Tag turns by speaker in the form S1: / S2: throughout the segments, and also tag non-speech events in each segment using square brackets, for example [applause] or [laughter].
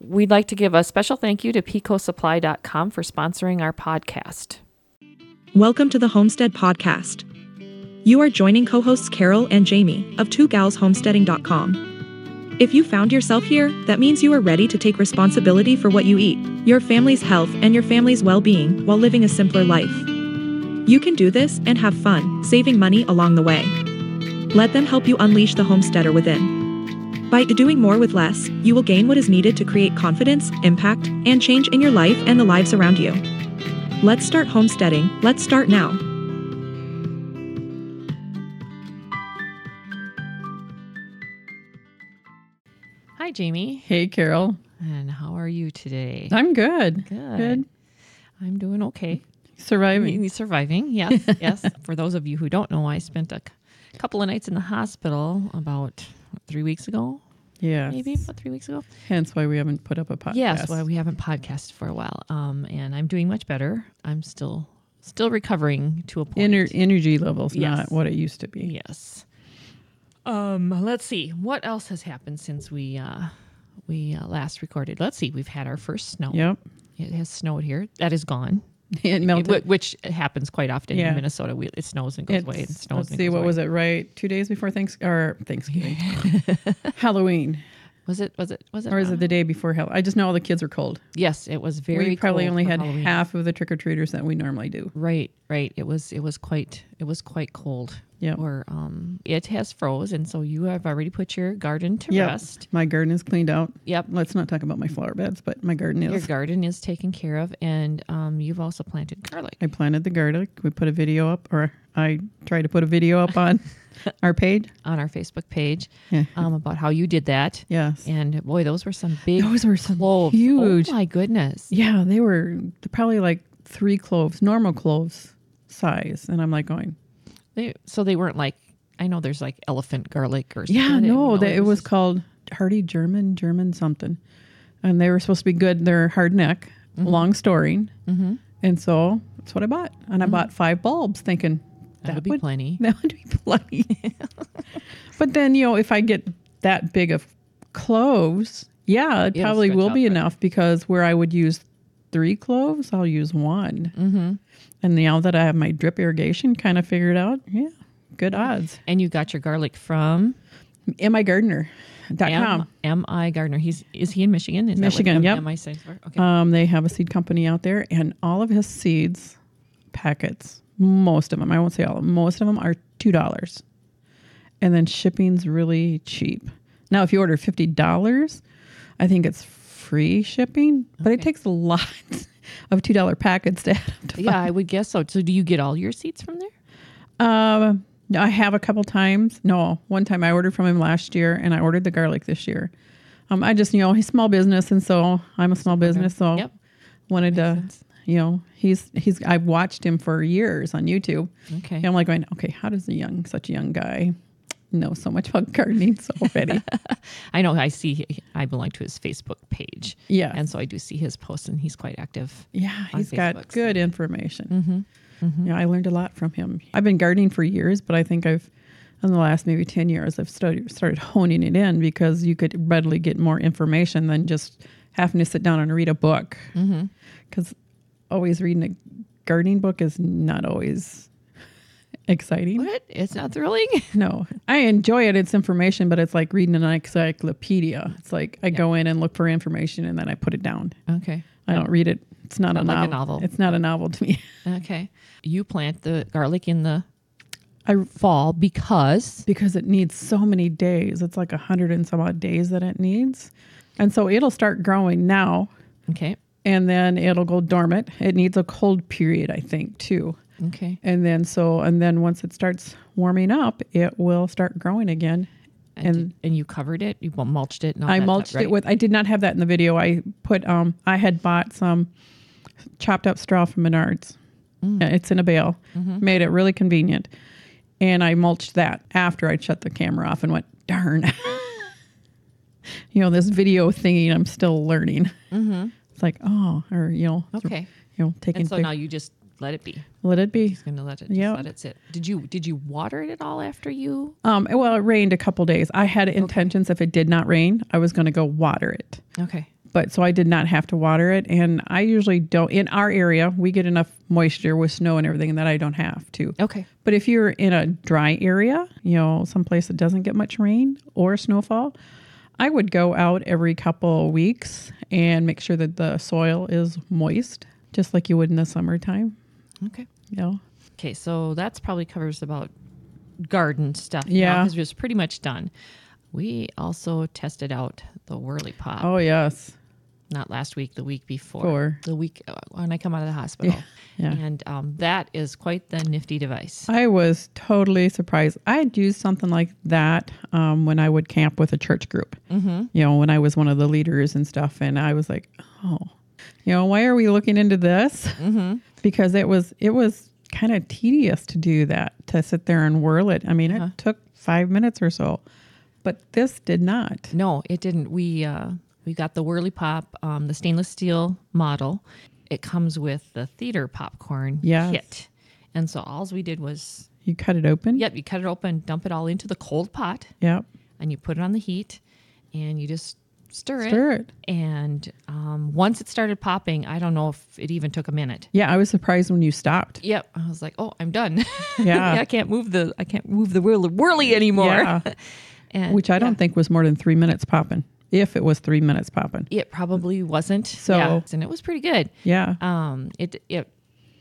S1: We'd like to give a special thank you to picosupply.com for sponsoring our podcast.
S2: Welcome to the Homestead Podcast. You are joining co hosts Carol and Jamie of Two Gals Homesteading.com. If you found yourself here, that means you are ready to take responsibility for what you eat, your family's health, and your family's well being while living a simpler life. You can do this and have fun, saving money along the way. Let them help you unleash the homesteader within. By doing more with less, you will gain what is needed to create confidence, impact, and change in your life and the lives around you. Let's start homesteading, let's start now.
S1: Hi, Jamie.
S3: Hey, Carol.
S1: And how are you today?
S3: I'm good.
S1: Good.
S3: Good.
S1: I'm doing okay.
S3: Surviving.
S1: Y- surviving. Yes, yes. For those of you who don't know, I spent a c- couple of nights in the hospital about what, three weeks ago,
S3: Yeah.
S1: maybe about three weeks ago.
S3: Hence why we haven't put up a podcast.
S1: Yes, why we haven't podcasted for a while. Um, and I'm doing much better. I'm still still recovering to a point.
S3: Ener- energy levels
S1: Yes.
S3: not what it used to be.
S1: yes. Um, let's see what else has happened since we uh, we uh, last recorded. Let's see. We've had our first snow.
S3: Yep.
S1: It has snowed here. That is gone.
S3: It
S1: [laughs] It-
S3: melted.
S1: wh- which happens quite often
S3: Yeah.
S1: in Minnesota. We, it snows and goes
S3: It's-
S1: away. It snows
S3: let's
S1: and
S3: see,
S1: goes
S3: what
S1: away.
S3: was it? Right, two days before Thanks or
S1: [laughs]
S3: Thanksgiving, Halloween,
S1: Was it? Was it? Was it?
S3: or is
S1: uh,
S3: it the day before Halloween? I just know all the kids are cold.
S1: yes, it was very.
S3: we probably
S1: cold
S3: only
S1: for
S3: had
S1: Halloween.
S3: half of the trick or treaters that we normally do.
S1: Right, right. It was. It was quite. It was quite cold.
S3: Yep.
S1: Or um, it has froze, and so you have already put your garden to
S3: Yep.
S1: rest.
S3: My garden is cleaned out.
S1: Yep.
S3: Let's not talk about my flower beds, but my garden
S1: Your
S3: is.
S1: garden is taken care of, and um, you've also planted garlic.
S3: I planted the garlic. We put a video up, or I tried to put a video up on our page.
S1: on our Facebook page
S3: Yeah.
S1: um, about how you did that.
S3: Yes.
S1: And boy, those were some big
S3: Those were some
S1: cloves.
S3: huge-
S1: Oh my goodness.
S3: Yeah, they were probably like three cloves, normal cloves size. And I'm like going,
S1: They, so they weren't like I know there's like elephant garlic or something.
S3: yeah,
S1: I didn't
S3: no,
S1: know
S3: that it was
S1: just-
S3: called hardy German, German something. And they were supposed to be good. They're hard neck, long storing. Mm-hmm. And so that's what I bought. And I bought five bulbs thinking
S1: Mm-hmm. That would be plenty.
S3: [laughs] That would be
S1: [laughs]
S3: plenty. but then, you know, if I get that big of cloves, yeah, it
S1: It'll
S3: probably
S1: stretch
S3: will
S1: out
S3: be
S1: better.
S3: enough because where I would use three cloves, I'll use one. Mm-hmm. And now that I have my drip irrigation kind of figured out, yeah, good odds.
S1: and you got your garlic from
S3: MIGardener.com.
S1: M M I Gardner. He's is he in Michigan? Is
S3: Michigan,
S1: That
S3: yep.
S1: M I stands for? Okay.
S3: Um, they have a seed company out there, and all of his seeds packets, most of them, I won't say all of them, most of them are $2. And then shipping's really cheap. Now, if you order $50, I think it's free shipping, but it
S1: Okay.
S3: takes a lot [laughs] of $2 packets to add up to
S1: yeah, I would guess so. So do you get all your seeds from there?
S3: um, no, I have a couple times. No, one time I ordered from him last year, and I ordered the garlic this year. Um, I just, you know, he's small business, and so I'm a small business, so
S1: Yep.
S3: wanted to,
S1: sense.
S3: you know, he's he's. I've watched him for years on YouTube.
S1: Okay.
S3: And I'm like going, okay, how does a young, such a young guy, know so much about gardening so
S1: [laughs]
S3: already?
S1: I know I see I belong to his Facebook page.
S3: Yeah.
S1: And so I do see his posts and he's quite active.
S3: Yeah,
S1: on
S3: he's
S1: Facebook,
S3: got
S1: so- Mm-hmm,
S3: good information. Yeah, I learned a lot from him. I've been gardening for years, but I think I've, in the last maybe 10 years, I've started, started honing it in because you could readily get more information than just having to sit down and read a book.
S1: Mm-hmm.
S3: Because always reading a gardening book is not always exciting.
S1: What? It's not thrilling? [laughs]
S3: No, I enjoy it. It's information, but it's like reading an encyclopedia. It's like I go in and look for information and then I put it down.
S1: okay.
S3: I don't read it. It's not, a,
S1: Not like a
S3: novel.
S1: novel.
S3: It's not a novel to me. [laughs]
S1: Okay. You plant the garlic in the
S3: I
S1: fall because
S3: because it needs so many days. It's like a hundred and some odd days that it needs, and so it'll start growing now,
S1: okay.
S3: and then it'll go dormant. It needs a cold period, I think, too.
S1: Okay.
S3: And then so and then once it starts warming up, it will start growing again.
S1: And
S3: And-
S1: and, you covered it. You well, mulched it. and all
S3: I
S1: that stuff,
S3: mulched
S1: right?
S3: it with. I did not have that in the video. I put. Um, I had bought some chopped up straw from Menards.
S1: Mm.
S3: Yeah, It's in a bale.
S1: Mm-hmm.
S3: Made it really convenient, and I mulched that after I shut the camera off and went, "Darn." [laughs] you know this video thingy. I'm still learning. It's like oh, or you know,
S1: Mm-hmm. Okay.
S3: you know, taking
S1: And so
S3: pic-
S1: now you just let it be.
S3: let it be.
S1: Just gonna let it. just
S3: Yeah.
S1: Let it sit. Did you did you water it at all after you?
S3: Um, well, it rained a couple days. I had intentions if it did not rain, I was going to go water it.
S1: Okay.
S3: But so I did not have to water it. And I usually don't, in our area, we get enough moisture with snow and everything that I don't have to.
S1: Okay.
S3: But if you're in a dry area, you know, someplace that doesn't get much rain or snowfall, I would go out every couple weeks and make sure that the soil is moist, just like you would in the summertime.
S1: Okay.
S3: You know,
S1: Okay, so that's probably covers about garden stuff.
S3: Yeah.
S1: because it was pretty much done. We also tested out the whirly pop.
S3: oh yes,
S1: Not last week, the week before.
S3: Four.
S1: The week uh, when I come out of the hospital.
S3: Yeah.
S1: And um, that is quite the nifty device.
S3: I was totally surprised. I had used something like that um, when I would camp with a church group. Mm-hmm. You know, when I was one of the leaders and stuff, and I was like, oh, you know, why are we looking into this? Mm-hmm. Because it was it was kind of tedious to do that to sit there and whirl it. I mean, it took five minutes or so, but this did not.
S1: No, it didn't. We uh, we got the whirly pop, um, the stainless steel model. It comes with the theater popcorn
S3: Yes.
S1: kit. And so all we did was,
S3: You cut it open.
S1: yep, you cut it open, dump it all into the cold pot.
S3: Yep.
S1: and you put it on the heat and you just stir,
S3: Stir
S1: it.
S3: it.
S1: And um, once it started popping, I don't know if it even took a minute.
S3: Yeah, I was surprised when you stopped.
S1: Yep, I was like, "Oh, I'm done.
S3: [laughs]
S1: [laughs]
S3: Yeah.
S1: I can't move the I can't move the whirly, whirly anymore."
S3: Yeah.
S1: [laughs] and
S3: Which I don't think was more than three minutes popping. If it was three minutes popping.
S1: it probably wasn't.
S3: So-
S1: Yeah, and it was pretty good.
S3: Yeah.
S1: Um, it it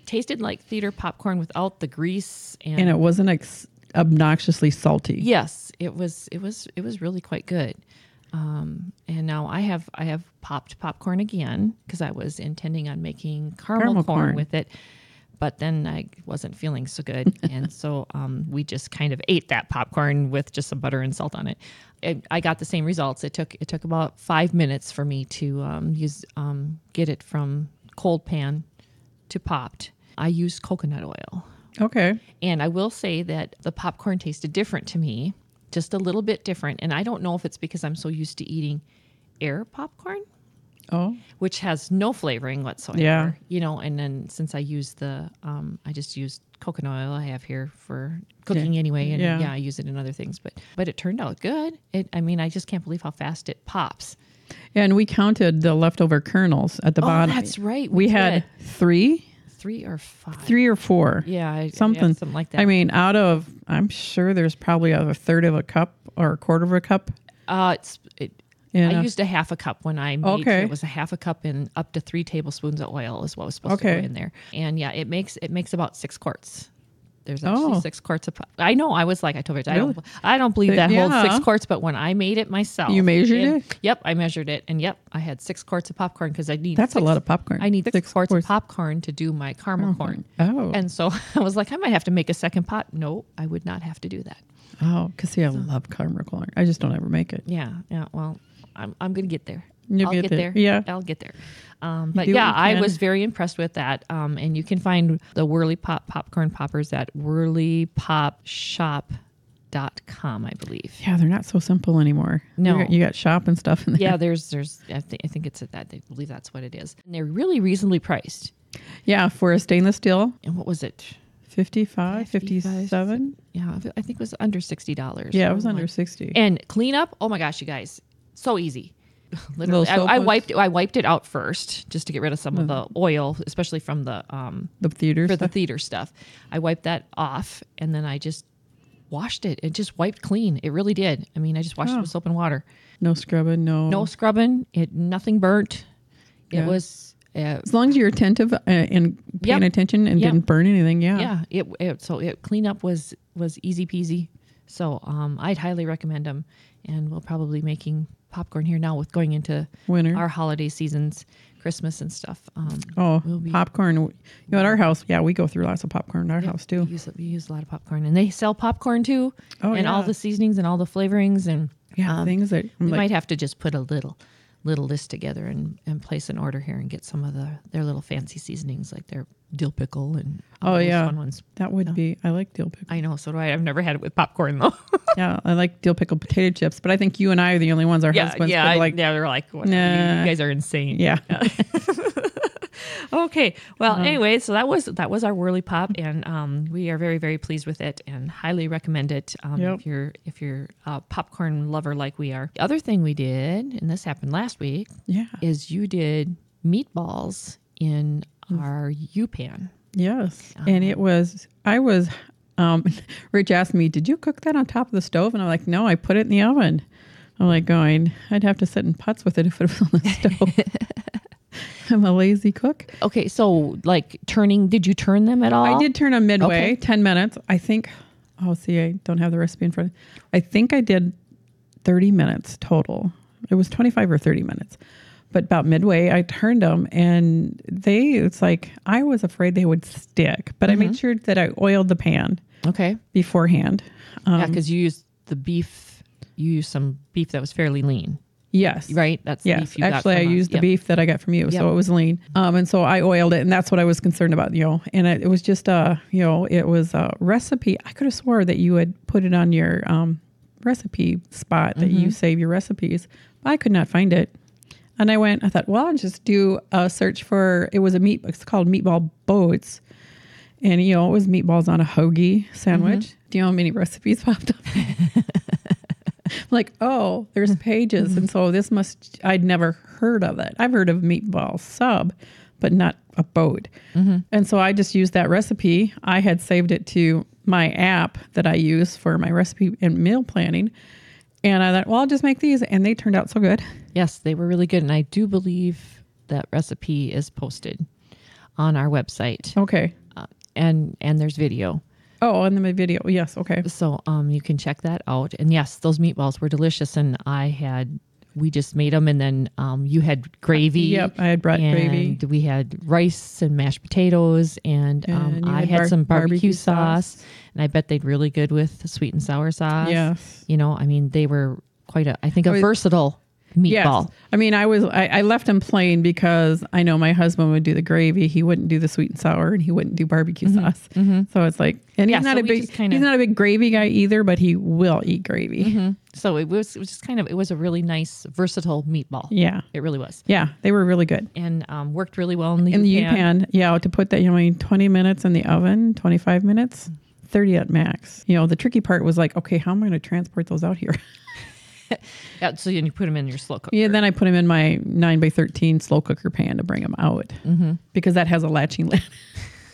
S1: tasted like theater popcorn without the grease and,
S3: and it wasn't ex- obnoxiously salty.
S1: yes, it was it was it was really quite good. Um, and now I have I have popped popcorn again because I was intending on making caramel,
S3: Caramel
S1: corn,
S3: corn.
S1: with it, but then I wasn't feeling so good, and so um, we just kind of ate that popcorn with just some butter and salt on it. it. I got the same results. It took it took about five minutes for me to um, use um, get it from cold pan to popped. I used coconut oil.
S3: Okay.
S1: And I will say that the popcorn tasted different to me, just a little bit different. And I don't know if it's because I'm so used to eating air popcorn,
S3: Oh,
S1: which has no flavoring whatsoever.
S3: Yeah.
S1: You know, and then since I use the, um, I just used coconut oil I have here for cooking anyway, and
S3: Yeah.
S1: yeah. I use it in other things. But but it turned out good. It, I mean, I just can't believe how fast it pops.
S3: and we counted the leftover kernels at the
S1: Oh,
S3: bottom.
S1: that's right.
S3: We,
S1: We
S3: had three,
S1: Three or five.
S3: three or four.
S1: Yeah, I- yeah,
S3: something,
S1: something like that.
S3: I mean, out of I'm sure there's probably a third of a cup or a quarter of a cup.
S1: Uh, it's, it,
S3: Yeah.
S1: I used a half a cup when I made
S3: Okay.
S1: it. It was a half a cup and up to three tablespoons of oil is what was supposed to
S3: Okay.
S1: go in there. And yeah, it makes it makes about six quarts. There's actually
S3: Oh.
S1: six quarts of. I know. I was like, I told her, I don't, I don't believe
S3: Th-
S1: that holds
S3: yeah.
S1: six quarts. But when I made it myself,
S3: You measured
S1: and-
S3: it?
S1: Yep, I measured it, and yep, I had six quarts of popcorn because I need.
S3: That's a
S1: six-
S3: lot of popcorn.
S1: I need six,
S3: Six
S1: quarts,
S3: quarts.
S1: of popcorn to do my caramel corn.
S3: Oh.
S1: And so [laughs] I was like, I might have to make a second pot. No, I would not have to do that.
S3: Oh, because see, I love caramel corn. I just don't ever make it.
S1: Yeah, yeah. Well, I'm I'm gonna get there.
S3: You'll
S1: I'll
S3: get
S1: get,
S3: there.
S1: there.
S3: Yeah.
S1: I'll get there. Um, but
S3: do what
S1: yeah,
S3: you
S1: I
S3: can.
S1: was very impressed with that. Um, and you can find the Whirly Pop popcorn poppers at whirlypopshop.com, I believe.
S3: Yeah, they're not so simple anymore.
S1: No.
S3: you got, you got shop and stuff in there.
S1: Yeah, there's there's I, th- I think it's at that. I believe that's what it is. And they're really reasonably priced.
S3: [laughs] yeah. For a stainless steel,
S1: And what was it?
S3: 55,
S1: 55,
S3: 57.
S1: Yeah, I think it was under sixty dollars.
S3: Yeah, it was under sixty.
S1: Oh And cleanup, oh my gosh, you guys, so easy. [laughs] Literally,
S3: soap Mm.
S1: I, I
S3: was-
S1: wiped I wiped it out first just to get rid of some of the oil, especially from the um
S3: the theater
S1: for the
S3: stuff.
S1: theater stuff. I wiped that off and then I just washed it. It just wiped clean. It really did. I mean, I just washed
S3: Oh.
S1: it with soap and water.
S3: no scrubbing. No.
S1: No scrubbing. It nothing burnt.
S3: Oh. Yeah.
S1: It was uh,
S3: As long as you're attentive uh, and paying
S1: Yep.
S3: attention and
S1: Yep.
S3: didn't burn anything, yeah.
S1: yeah. It, it so it cleanup was was easy peasy. So um, I'd highly recommend them, and we'll probably making popcorn here now with going into
S3: Winter.
S1: our holiday seasons, Christmas and stuff. Um,
S3: Oh,
S1: Will be-
S3: popcorn. You know, at our house, yeah, we go through lots of popcorn at our house
S1: we
S3: too.
S1: use we use a lot of popcorn, and they sell popcorn too,
S3: Oh,
S1: and all
S3: yeah.
S1: the seasonings and all the flavorings and
S3: Yeah,
S1: um,
S3: things that I'm
S1: We
S3: like,
S1: might have to just put a little little list together and, and place an order here and get some of the their little fancy seasonings like their dill pickle and all
S3: Oh,
S1: those
S3: yeah.
S1: fun ones.
S3: that would be. I like dill pickle.
S1: I know, so do I. I've never had it with popcorn though. [laughs]
S3: yeah, I like dill pickle potato chips. But I think you and I are the only ones. Our
S1: yeah,
S3: husbands
S1: yeah,
S3: could
S1: I-
S3: like.
S1: yeah. Uh-huh. They're like, what, you-
S3: Nah.
S1: you guys are insane.
S3: Yeah.
S1: Okay. Well, anyway, so that was that was our Whirly Pop, and um, we are very very pleased with it and highly recommend it um,
S3: Yep.
S1: if you're if you're a popcorn lover like we are. The other thing we did, and this happened last week,
S3: [laughs] Yeah.
S1: is you did meatballs in our U pan.
S3: Yes. And it was, I was, um, [laughs] Rich asked me, Did you cook that on top of the stove? And I'm like, No, I put it in the oven. I'm like, going, I'd have to sit in pots with it if it was on the stove. I'm a lazy cook.
S1: Okay, so like turning, did you turn them at all?
S3: I did turn on midway,
S1: Okay.
S3: 10 minutes. I think, oh, see, I don't have the recipe in front. I think I did 30 minutes total. It was 25 or 30 minutes. But about midway, I turned them and they, it's like, I was afraid they would stick, but I made sure that I oiled the pan
S1: Okay,
S3: beforehand. Um,
S1: yeah, because you used the beef. You used some beef that was fairly lean,
S3: yes.
S1: right? That's the
S3: Yes.
S1: beef you got
S3: Actually, I
S1: from us.
S3: used the
S1: Yep.
S3: beef that I got from you.
S1: Yep.
S3: So it was lean. Um, and so I oiled it. And that's what I was concerned about, you know. And it, it was just a, you know, it was a recipe. I could have swore that you had put it on your um, recipe spot that
S1: Mm-hmm.
S3: you save your recipes. I could not find it. And I went, I thought, well, I'll just do a search for, it was a meat, it's called Meatball Boats. And, you know, it was meatballs on a hoagie sandwich.
S1: Mm-hmm.
S3: Do you know how many recipes [laughs] popped up? like, oh, there's pages. And so this must, I'd never heard of it. I've heard of meatball sub, but not a boat. And so I just used that recipe. I had saved it to my app that I use for my recipe and meal planning. And I thought, well, I'll just make these. And they turned out so good.
S1: Yes, they were really good. And I do believe that recipe is posted on our website.
S3: Okay.
S1: Uh, and and there's video.
S3: Oh, and then my video. Yes. Okay.
S1: So um you can check that out. And yes, those meatballs were delicious and I had we just made them and then um you had gravy.
S3: Yep, I had brought gravy.
S1: and We had rice and mashed potatoes and, um,
S3: And you
S1: I
S3: had
S1: had
S3: bar-
S1: some barbecue,
S3: barbecue
S1: sauce.
S3: sauce.
S1: and I bet they'd really good with sweet and sour sauce.
S3: Yes.
S1: You know, I mean they were quite a I think a
S3: was-
S1: versatile meatball.
S3: I mean, I was I, I left him plain because I know my husband would do the gravy. He wouldn't do the sweet and sour, and he wouldn't do barbecue sauce. So it's like,
S1: Mm-hmm.
S3: and
S1: Yeah,
S3: he's not
S1: so
S3: a
S1: we
S3: big
S1: just kinda- Mm-hmm.
S3: he's not a big gravy guy either, but he will eat gravy.
S1: So it was, it was just kind of, it was a really nice, versatile meatball.
S3: Yeah,
S1: It really was.
S3: yeah, they were really good.
S1: And um, worked really well in the,
S3: In the
S1: U-pan.
S3: U-pan, yeah, to put that, you know, I mean, twenty minutes in the oven, twenty five minutes, thirty at max. You know, the tricky part was like, okay, how am I going to transport those out here? [laughs]
S1: Yeah, so then you put them in your slow cooker.
S3: Yeah, then I put them in my nine by thirteen slow cooker pan to bring them out
S1: Mm-hmm.
S3: because that has a latching lid. [laughs]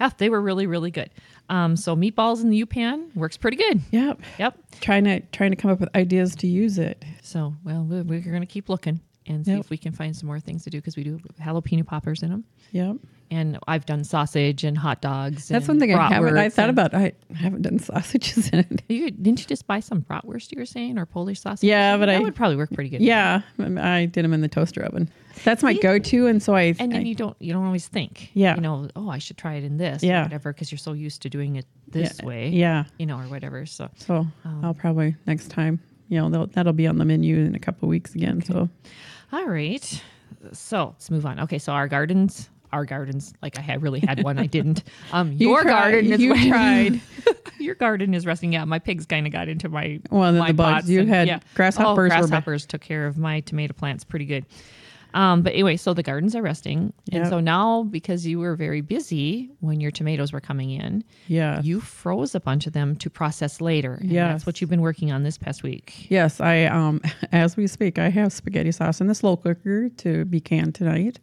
S1: Yeah, they were really, really good. Um, so meatballs in the U-pan works pretty good.
S3: yep.
S1: Yep.
S3: trying to trying to come up with ideas to use it.
S1: So, well, we- we're going to keep looking and see
S3: Yep.
S1: if we can find some more things to do because we do jalapeno poppers in them.
S3: Yep.
S1: And I've done sausage and hot dogs.
S3: That's one
S1: and
S3: thing I haven't I
S1: bratwursts
S3: thought
S1: and-
S3: about. I haven't done sausages in [laughs] it.
S1: You, didn't you just buy some bratwurst you were saying or Polish sausage? or
S3: Yeah,
S1: something?
S3: but
S1: that
S3: I-
S1: would probably work pretty good.
S3: Yeah, um, I did them in the toaster oven. That's my go-to, and so I.
S1: and then
S3: I-
S1: you don't you don't always think
S3: Yeah.
S1: you know oh i should try it in this or
S3: Yeah.
S1: whatever because you're so used to doing it Oh. this way
S3: yeah.
S1: you know or whatever so
S3: So I'll probably next time. You know that'll, that'll be on the menu in a couple weeks again. So
S1: all right so let's move on okay so our gardens our gardens like i had really had one i
S3: [laughs]
S1: didn't um your
S3: tried-
S1: garden is
S3: you
S1: where-
S3: tried.
S1: [laughs] your garden is resting yeah my pigs kind of got into my
S3: Well, then
S1: my
S3: the bugs.
S1: pots
S3: You had
S1: yeah.
S3: grasshoppers
S1: oh,
S3: were bad.
S1: grasshoppers took care of my tomato plants pretty good um, but anyway, so the gardens are resting. And
S3: Yep.
S1: so now, because you were very busy when your tomatoes were coming in,
S3: yeah.
S1: you froze a bunch of them to process later. And That's
S3: Yes.
S1: what you've been working on this past week.
S3: Yes, I um [laughs] as we speak, I have spaghetti sauce in the slow cooker to be canned tonight.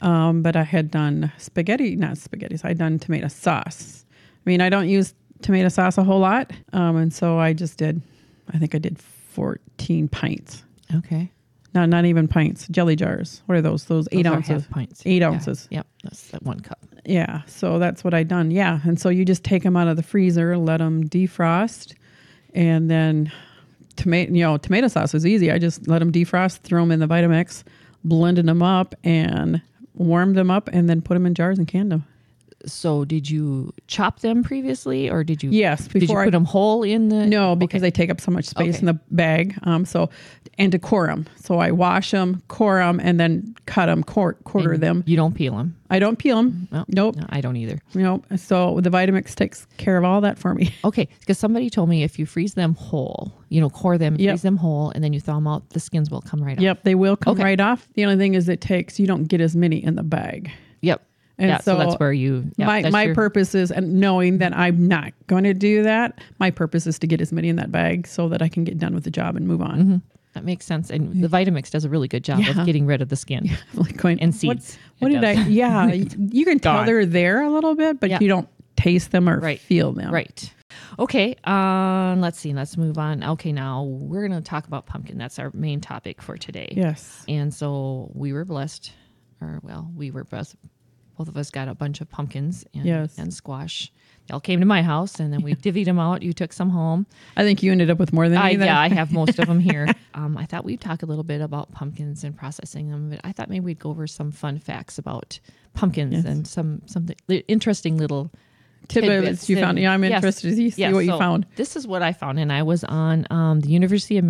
S3: Um, but I had done spaghetti, not spaghetti. So I done tomato sauce. I mean, I don't use tomato sauce a whole lot, um, and so I just did. I think I did fourteen pints.
S1: Okay.
S3: No, not even pints. Jelly jars. What are those? Those eight
S1: Those are
S3: ounces.
S1: half pints.
S3: Eight
S1: Yeah.
S3: ounces.
S1: Yep. That's that one cup.
S3: Yeah, so that's what I done. Yeah, and so you just take them out of the freezer, let them defrost, and then tomato. You know, tomato sauce is easy. I just let them defrost, throw them in the Vitamix, blended them up, and warmed them up, and then put them in jars and canned them.
S1: So did you chop them previously or did you?
S3: Yes,
S1: Did you
S3: before I-
S1: put them whole in the?
S3: No, because they take up so much space
S1: Okay.
S3: in the bag. Um, so and to core 'em. So I wash them, core them, and then cut them, quar- quarter them.
S1: You don't peel them.
S3: I don't peel them.
S1: No,
S3: Nope.
S1: No, I don't either.
S3: Nope. So the Vitamix takes care of all that for me.
S1: Okay, because somebody told me if you freeze them whole, you know, core them,
S3: Yep.
S1: freeze them whole, and then you thaw them out, the skins will come right off.
S3: Yep, they will come
S1: Okay.
S3: right off. The only thing is it takes you don't get as many in the bag.
S1: Yep.
S3: And
S1: yeah, so,
S3: so
S1: that's where you. yeah,
S3: my
S1: that's
S3: my
S1: your-
S3: purpose is, and knowing that I'm not going to do that, my purpose is to get as many in that bag so that I can get done with the job and move on.
S1: That makes sense. And the Vitamix does a really good job
S3: Yeah.
S1: of getting rid of the skin.
S3: [laughs] Like going
S1: And
S3: "What-
S1: seeds.
S3: What,
S1: It
S3: did I?
S1: does.
S3: [laughs]
S1: [laughs]
S3: Yeah, y- you can tell
S1: Gone.
S3: they're there a little bit, but
S1: Yeah.
S3: you don't taste them or
S1: Right.
S3: feel them.
S1: Right. Okay. Um, let's see. Let's move on. Okay. Now we're going to talk about pumpkin. That's our main topic for today.
S3: Yes.
S1: And so we were blessed, or well, we were blessed. Both of us got a bunch of pumpkins and,
S3: Yes.
S1: and squash. They all came to my house, and then we divvied them out. You took some home.
S3: I think you ended up with more than
S1: I,
S3: me. then.
S1: yeah, I have most of
S3: [laughs]
S1: them here. Um, I thought we'd talk a little bit about pumpkins and processing them, but I thought maybe we'd go over some fun facts about pumpkins and some some li- interesting little
S3: tidbits you
S1: and-
S3: found. Yeah, I'm
S1: yes,
S3: interested to see
S1: yes,
S3: what you
S1: so
S3: found.
S1: This is what I found, and I was on um, the University of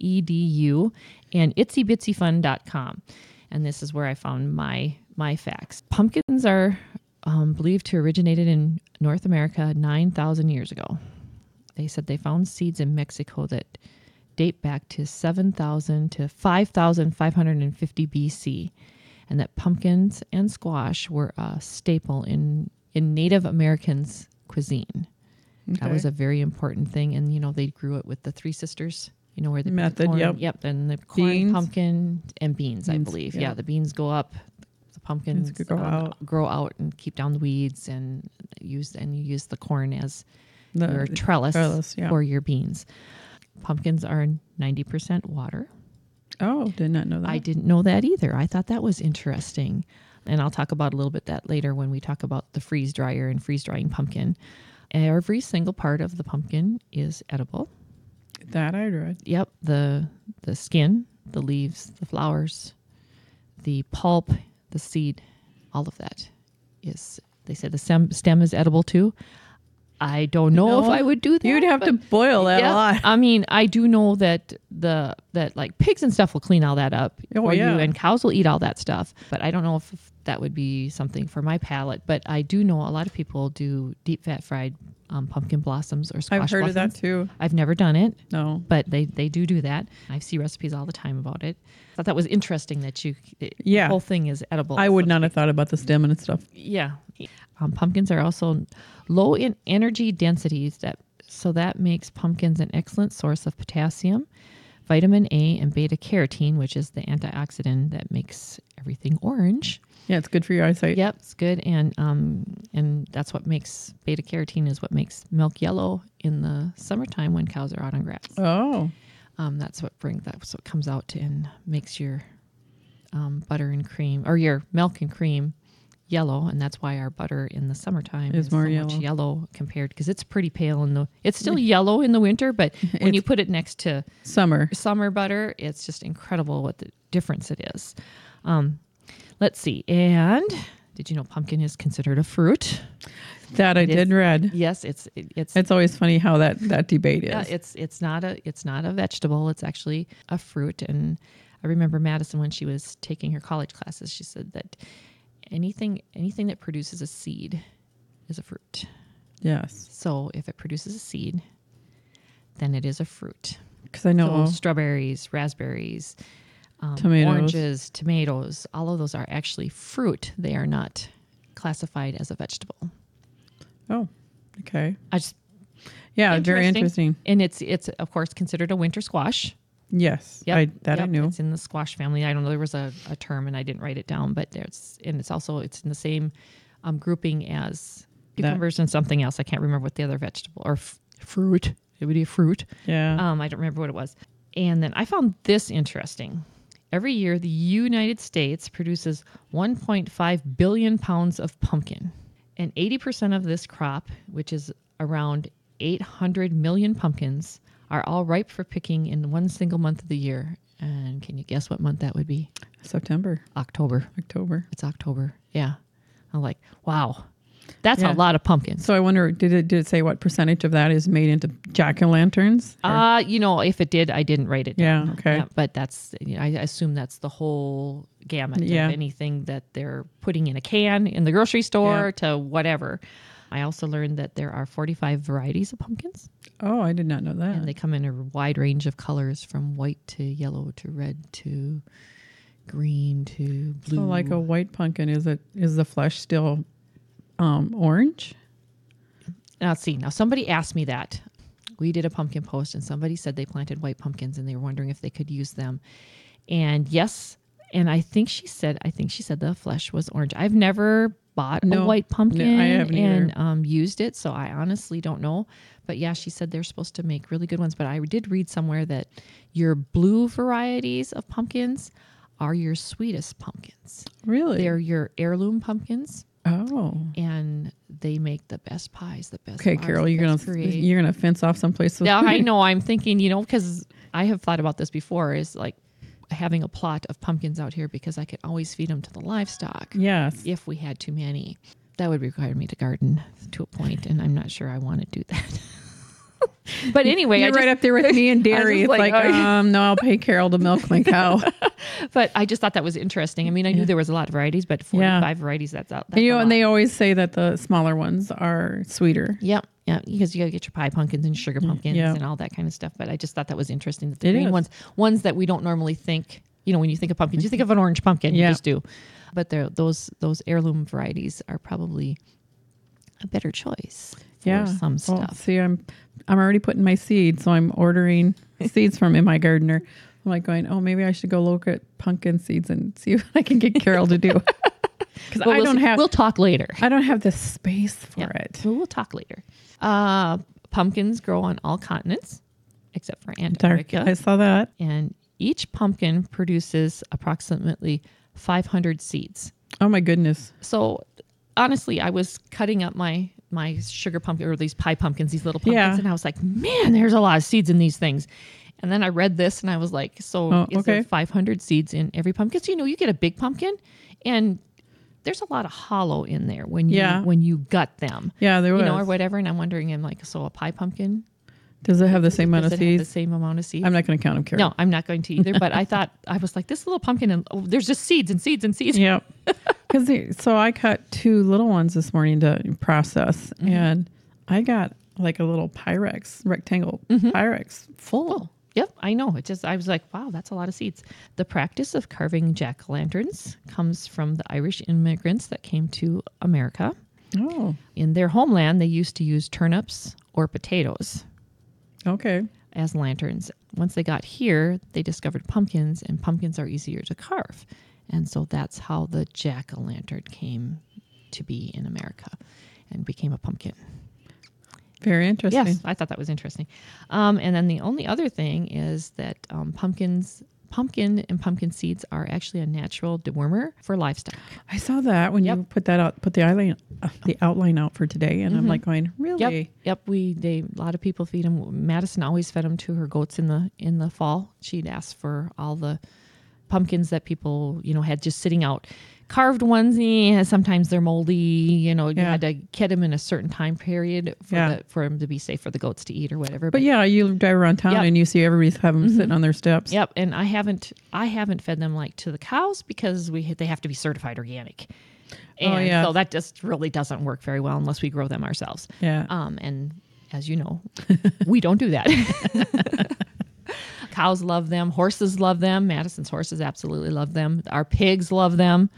S1: Minnesota.edu and itsybitsyfun.com, and this is where I found my my facts. Pumpkins are um, believed to originated in North America 9,000 years ago. They said they found seeds in Mexico that date back to 7,000 to 5,550 BC, and that pumpkins and squash were a staple in, in Native Americans' cuisine. That was a very important thing. And, you know, they grew it with the three sisters, you know, where they put the
S3: Method,
S1: corn-
S3: yep.
S1: Yep. And the corn,
S3: Beans.
S1: pumpkin, and beans, I
S3: Beans,
S1: believe.
S3: yeah.
S1: Yeah. The beans go up. The pumpkins
S3: could go
S1: um,
S3: out.
S1: grow out and keep down the weeds and use and you use the corn as
S3: The-
S1: your
S3: the
S1: trellis,
S3: trellis, yeah.
S1: for your beans. Pumpkins are 90% water.
S3: Oh, did not know that.
S1: I didn't know that either. I thought that was interesting. And I'll talk about a little bit that later when we talk about the freeze dryer and freeze drying pumpkin. Every single part of the pumpkin is edible.
S3: that I read.
S1: Yep, the the skin, the leaves, the flowers, the pulp, the seed, all of that is they said the stem, stem is edible too. I don't know if
S3: No,
S1: I would do that.
S3: You'd have
S1: but-
S3: to boil that
S1: yeah.
S3: a lot.
S1: I mean, I do know that the that like pigs and stuff will clean all that up.
S3: Oh,
S1: for
S3: yeah.
S1: you and cows will eat all that stuff. But I don't know if that would be something for my palate. But I do know a lot of people do deep fat fried um, pumpkin blossoms or squash
S3: I've heard of that
S1: blossoms.
S3: too.
S1: I've never done it
S3: No.
S1: but they they do do that. I see recipes all the time about it. Thought that was interesting that you the
S3: Yeah.
S1: whole thing is edible.
S3: I would not have thought about the stem and stuff.
S1: yeah. Um, pumpkins are also low in energy densities that so that makes pumpkins an excellent source of potassium, vitamin A and beta carotene, which is the antioxidant that makes everything orange.
S3: Yeah, it's good for your eyesight.
S1: Yep, it's good, and um, and that's what makes beta carotene is what makes milk yellow in the summertime when cows are out on grass.
S3: Oh,
S1: Um, that's what brings that's what comes out and makes your um, butter and cream or your milk and cream yellow, and that's why our butter in the summertime
S3: Is
S1: is,
S3: more
S1: so much
S3: yellow.
S1: yellow compared because it's pretty pale in the. It's still yellow in the winter,
S3: [laughs]
S1: but when you put it next to
S3: summer.
S1: summer butter, it's just incredible what the difference it is. Um, let's see, and did you know pumpkin is considered a
S3: [laughs]
S1: fruit?
S3: That I did read.
S1: Yes, it's it, it's
S3: It's always funny how that that debate is.
S1: yeah, it's it's not a it's not a vegetable. It's actually a fruit. And I remember Madison when she was taking her college classes, she said that anything anything that produces a seed is a fruit.
S3: yes,
S1: So if it produces a seed, then it is a fruit.
S3: because I know
S1: So strawberries, raspberries, um,
S3: Tomatoes.
S1: oranges, tomatoes, all of those are actually fruit. They are not classified as a vegetable.
S3: Oh, okay.
S1: I just
S3: Yeah, Oh, very interesting.
S1: And it's it's of course considered a winter squash.
S3: Yes,
S1: Yep,
S3: I, that I
S1: yep,
S3: knew.
S1: It's in the squash family. I don't know. There was a, a term and I didn't write it down, but there's and it's also it's in the same um, grouping as cucumbers and something else. I can't remember what the other vegetable or f- fruit. It would be a fruit.
S3: Yeah.
S1: Um, I don't remember what it was. And then I found this interesting. Every year, the United States produces 1.5 billion pounds of pumpkin, and 80% of this crop, which is around 800 million pumpkins, are all ripe for picking in one single month of the year. And can you guess what month that would be?
S3: September,
S1: October.
S3: October.
S1: It's October. Yeah. I'm like, wow, that's
S3: Yeah.
S1: a lot of pumpkins.
S3: So I wonder, did it did it say what percentage of that is made into jack o' lanterns?
S1: Uh, you know, if it did, I didn't write it down.
S3: Yeah, okay.
S1: but that's, you know, I assume that's the whole gamut
S3: Yeah.
S1: of anything that they're putting in a can in the grocery store to whatever. I also learned that there are 45 varieties of pumpkins
S3: Oh, I did not know that.
S1: and they come in a wide range of colors from white to yellow to red to green to blue.
S3: So like a white pumpkin, is it is the flesh still um, orange?
S1: Now, see, now somebody asked me that. We did a pumpkin post, and somebody said they planted white pumpkins, and they were wondering if they could use them. And yes, and I think she said, I think she said the flesh was orange. I've never bought
S3: No,
S1: a white pumpkin
S3: no, I haven't
S1: and um, used it, so I honestly don't know. But yeah, she said they're supposed to make really good ones. But I did read somewhere that your blue varieties of pumpkins are your sweetest pumpkins.
S3: Really?
S1: They're your heirloom pumpkins
S3: oh.
S1: and they make the best pies, the best.
S3: Okay,
S1: bars,
S3: Carol,
S1: the
S3: you're gonna
S1: best create.
S3: you're gonna fence off someplace.
S1: [laughs]
S3: with-
S1: yeah,
S3: [laughs]
S1: I know. I'm thinking, you know, because I have thought about this before. Is like having a plot of pumpkins out here because I could always feed them to the livestock
S3: Yes.
S1: if we had too many. That would require me to garden to a point, and I'm not sure I want to do that. [laughs] but anyway,
S3: You're
S1: [laughs] I
S3: right
S1: just,
S3: up there with me and dairy. It's
S1: just
S3: like,
S1: like, oh, yeah.
S3: um, no, I'll pay Carol to milk
S1: [laughs]
S3: my cow.
S1: but I just thought that was interesting. I mean, I knew there was a lot of varieties, but 45 varieties. That's out. That's
S3: you know,
S1: a
S3: and
S1: lot.
S3: they always say that the smaller ones are sweeter.
S1: Yep, yeah, because you gotta get your pie pumpkins and sugar pumpkins
S3: yeah.
S1: and all that kind of stuff. But I just thought that was interesting that the
S3: It
S1: green
S3: is.
S1: ones, ones that we don't normally think, you know, when you think of pumpkins, you think of an orange pumpkin,
S3: Yeah.
S1: you just do. But they're- those those heirloom varieties are probably a better choice for
S3: Yeah,
S1: some
S3: Well,
S1: stuff.
S3: see, I'm I'm already putting my seeds, so I'm
S1: [laughs]
S3: ordering seeds from in my gardener. I'm like going, oh, maybe I should go look at pumpkin seeds and see what I can get
S1: [laughs]
S3: Carol to do because
S1: But
S3: I
S1: we'll
S3: don't
S1: see-
S3: have
S1: We'll talk later.
S3: I don't have the space for it.
S1: Well, we'll talk later. Uh, pumpkins grow on all continents except for
S3: Dark.
S1: Antarctica.
S3: I saw that.
S1: And each pumpkin produces approximately 500 seeds.
S3: Oh my goodness.
S1: so honestly i was cutting up my my sugar pumpkin or these pie pumpkins these little pumpkins
S3: Yeah.
S1: and i was like man there's a lot of seeds in these things and then i read this and i was like so
S3: Oh,
S1: is there
S3: okay.
S1: 500 seeds in every pumpkin so you know you get a big pumpkin and there's a lot of hollow in there when you
S3: Yeah.
S1: when you gut them
S3: Yeah, there
S1: you
S3: was.
S1: know or whatever and i'm wondering i'm like so a pie pumpkin
S3: Does it have the same amount
S1: does
S3: of
S1: it have the
S3: seeds?
S1: same amount of seeds
S3: I'm not going to count them, Carol.
S1: no i'm not going to either but i thought i was like this little pumpkin and oh, there's just seeds and seeds and seeds
S3: [laughs] Yep. Because so I cut two little ones this morning to process,
S1: Mm-hmm.
S3: and I got like a little Pyrex rectangle
S1: Mm-hmm.
S3: Pyrex full.
S1: Yep, I know. It just I was like, wow, that's a lot of seeds. The practice of carving jack o' lanterns comes from the Irish immigrants that came to America.
S3: Oh,
S1: In their homeland, they used to use turnips or potatoes
S3: okay.
S1: as lanterns. Once they got here, they discovered pumpkins, and pumpkins are easier to carve. And so that's how the jack o' lantern came to be in America and became a pumpkin.
S3: Very interesting.
S1: Yes, I thought that was interesting. Um, and then the only other thing is that um, pumpkins, pumpkin and pumpkin seeds are actually a natural dewormer for livestock.
S3: I saw that when you put that out, put the outline, uh, the outline out for today, and I'm like going, really?
S1: Mm-hmm. Yep, yep. We they a lot of people feed them. Madison always fed them to her goats in the in the fall. She'd ask for all the pumpkins that people you know had just sitting out. Carved ones, eh, sometimes they're moldy. You know, you
S3: Yeah.
S1: had to get them in a certain time period for
S3: Yeah.
S1: the, for them to be safe for the goats to eat or whatever.
S3: But yeah, you drive around town
S1: Yep. Mm-hmm.
S3: and you see everybody's having them sitting on their steps.
S1: Yep, and I haven't I haven't fed them like to the cows because we they have to be certified organic. And
S3: Oh, yeah.
S1: so that just really doesn't work very well unless we grow them ourselves.
S3: Yeah.
S1: Um and as you
S3: [laughs]
S1: know, we don't do that. [laughs] cows love them, horses love them, Madison's horses absolutely love them. Our pigs love them.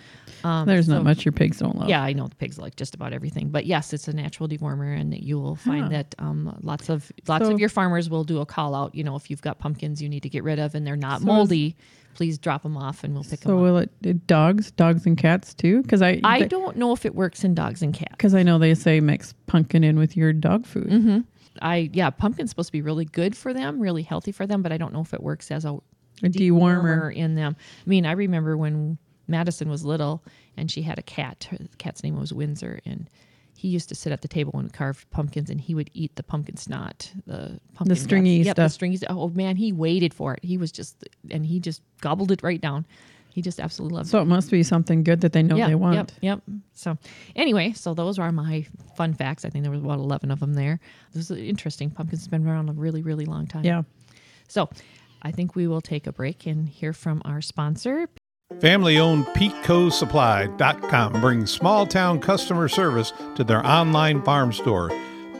S1: Um,
S3: There's not much your pigs don't love.
S1: Yeah, I know the pigs like just about everything, but yes, it's a natural dewormer, and you will find that um, lots of lots
S3: So-
S1: of your farmers will do a call out. You know, if you've got pumpkins you need to get rid of and they're not
S3: So is-
S1: moldy, please drop them off and we'll pick
S3: So
S1: them up.
S3: will it, it dogs, dogs and cats too? Because I,
S1: I don't know if it works in dogs and cats.
S3: because I know they say mix pumpkin in with your dog food.
S1: I yeah, pumpkin's supposed to be really good for them, really healthy for them, but I don't know if it works as a
S3: A dewormer.
S1: dewormer in them. I mean, I remember when Madison was little and she had a cat. Her- The cat's name was Windsor, and he used to sit at the table and carve pumpkins, and he would eat the pumpkin snot, the pumpkin guts.
S3: stringy
S1: Yep, the
S3: stuff.
S1: stringy. stuff. Oh man, he waited for it. He was just, and he just gobbled it right down. He just absolutely loved
S3: So it must be something good that they know
S1: it.
S3: they want.
S1: Yep, yep. So, anyway, so those are my fun facts. I think there was about eleven of them there. This is interesting. Pumpkins have been around a really, really long time.
S3: Yeah.
S1: So I think we will take a break and hear from our sponsor.
S4: Family owned PeatCoSupply.com brings small town customer service to their online farm store.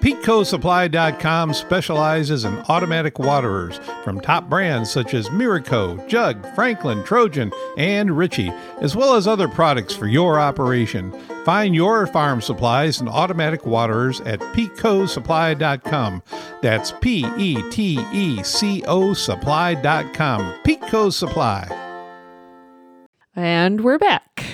S4: PetcoSupply.com specializes in automatic waterers from top brands such as Miraco, Jug, Franklin, Trojan, and Ritchie, as well as other products for your operation. Find your farm supplies and automatic waterers at PetcoSupply.com. That's P E T E C O Supply.com. Petco Supply.
S5: And we're back.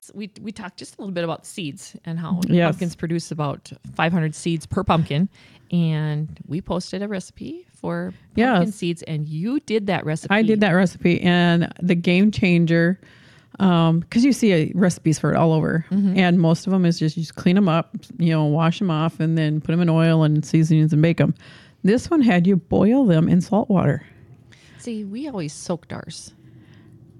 S1: So we we talked just a little bit about seeds and how
S3: Yes.
S1: pumpkins produce about 500 seeds per pumpkin, and we posted a recipe for pumpkin
S3: Yes.
S1: seeds, and you did that recipe.
S3: I did that recipe, and the game changer, because you see uh, recipes for it all over, and most of them is just you just clean them up, you know, wash them off, and then put them in oil and seasonings and bake them. This one had you boil them in salt water.
S1: See, we always soaked ours,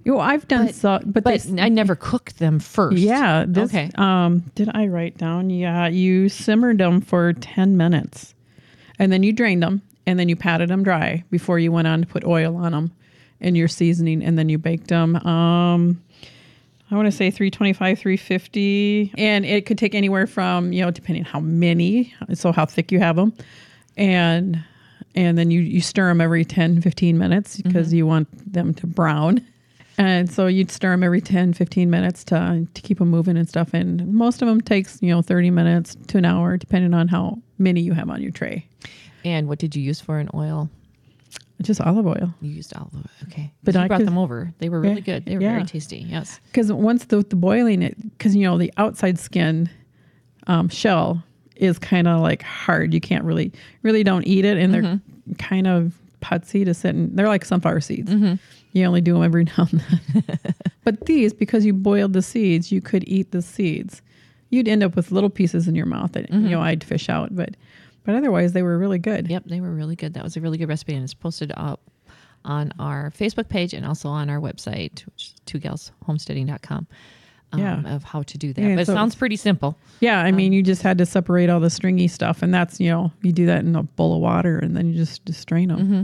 S3: You know, I've done salt, but,
S1: but
S3: this-
S1: I never cooked them first.
S3: yeah, this,
S1: okay.
S3: Um, did I write down? Yeah, you simmered them for ten minutes, and then you drained them, and then you patted them dry before you went on to put oil on them, and your seasoning, and then you baked them. Um, I want to say 325, 350. And it could take anywhere from, you know, depending how many, so how thick you have them. And and then you, you stir them every 10, 15 minutes because you want them to brown. And so you'd stir them every 10, 15 minutes to, to keep them moving and stuff. And most of them takes, you know, 30 minutes to an hour, depending on how many you have on your tray.
S1: And what did you use for an oil?
S3: Just olive oil.
S1: You used olive oil. Okay.
S3: But
S1: But you
S3: I
S1: brought
S3: could-
S1: them over. They were really
S3: Yeah,
S1: good. They were
S3: yeah.
S1: very tasty. Yes.
S3: because once the, the boiling it because you know the outside skin um, shell is kind of like hard you can't really really don't eat it and they're kind of putsy to sit in they're like sunflower seeds you only do them every [laughs] now and then but these because you boiled the seeds you could eat the seeds you'd end up with little pieces in your mouth that you know i'd fish out but but otherwise they were really good
S1: Yep. They were really good. That was a really good recipe and it's posted up on our Facebook page and also on our website, which is two galshomesteading.com. Um,
S3: Yeah.
S1: Of how to do that.
S3: Yeah,
S1: but it
S3: so-
S1: sounds pretty simple.
S3: Yeah,
S1: Um,
S3: I mean, you just had to separate all the stringy stuff, and that's you know, you do that in a bowl of water, and then you just, just strain them.
S1: Mm-hmm.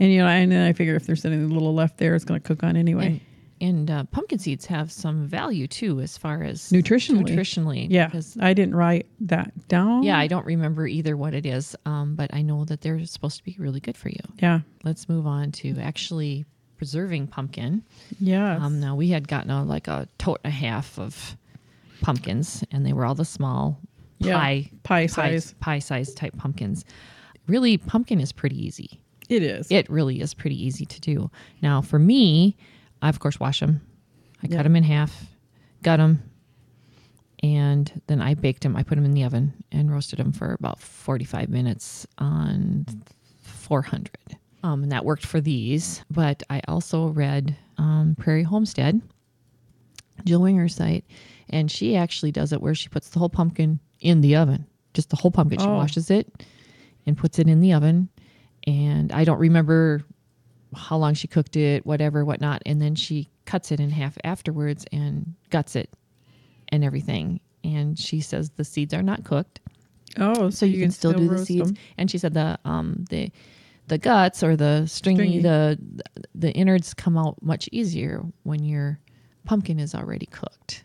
S3: And you know, and then I figure if there's anything little left there, it's going to cook on anyway.
S1: And uh, pumpkin seeds have some value too, as far as
S3: Nutritionally.
S1: Nutritionally.
S3: yeah,
S1: Because,
S3: I didn't write that down.
S1: yeah, I don't remember either what it is, um, but I know that they're supposed to be really good for you.
S3: yeah,
S1: Let's move on to actually preserving pumpkin.
S3: yeah.
S1: Um, now we had gotten a, like a tote and a half of pumpkins, and they were all the small
S3: Yeah,
S1: pie
S3: pie size.
S1: pie size type pumpkins. Really, pumpkin is pretty easy.
S3: it is.
S1: It really is pretty easy to do. Now, for me, I of course wash them. I cut 'em cut them in half, gut them, and then I baked them. I put them in the oven and roasted them for about forty-five minutes on four hundred. Um, and that worked for these. But I also read um, Prairie Homestead, Jill Winger's site, and she actually does it where she puts the whole pumpkin in the oven, just the whole pumpkin. She washes it and puts it in the oven. And I don't remember how long she cooked it, whatever, whatnot. And then she cuts it in half afterwards and guts it and everything. And she says the seeds are not cooked,
S3: oh,
S1: so you, can, still, do the
S3: roast
S1: seeds.
S3: 'em.
S1: And she said the um the the guts or the stringy,
S3: Stringy.
S1: the the innards come out much easier when your pumpkin is already cooked.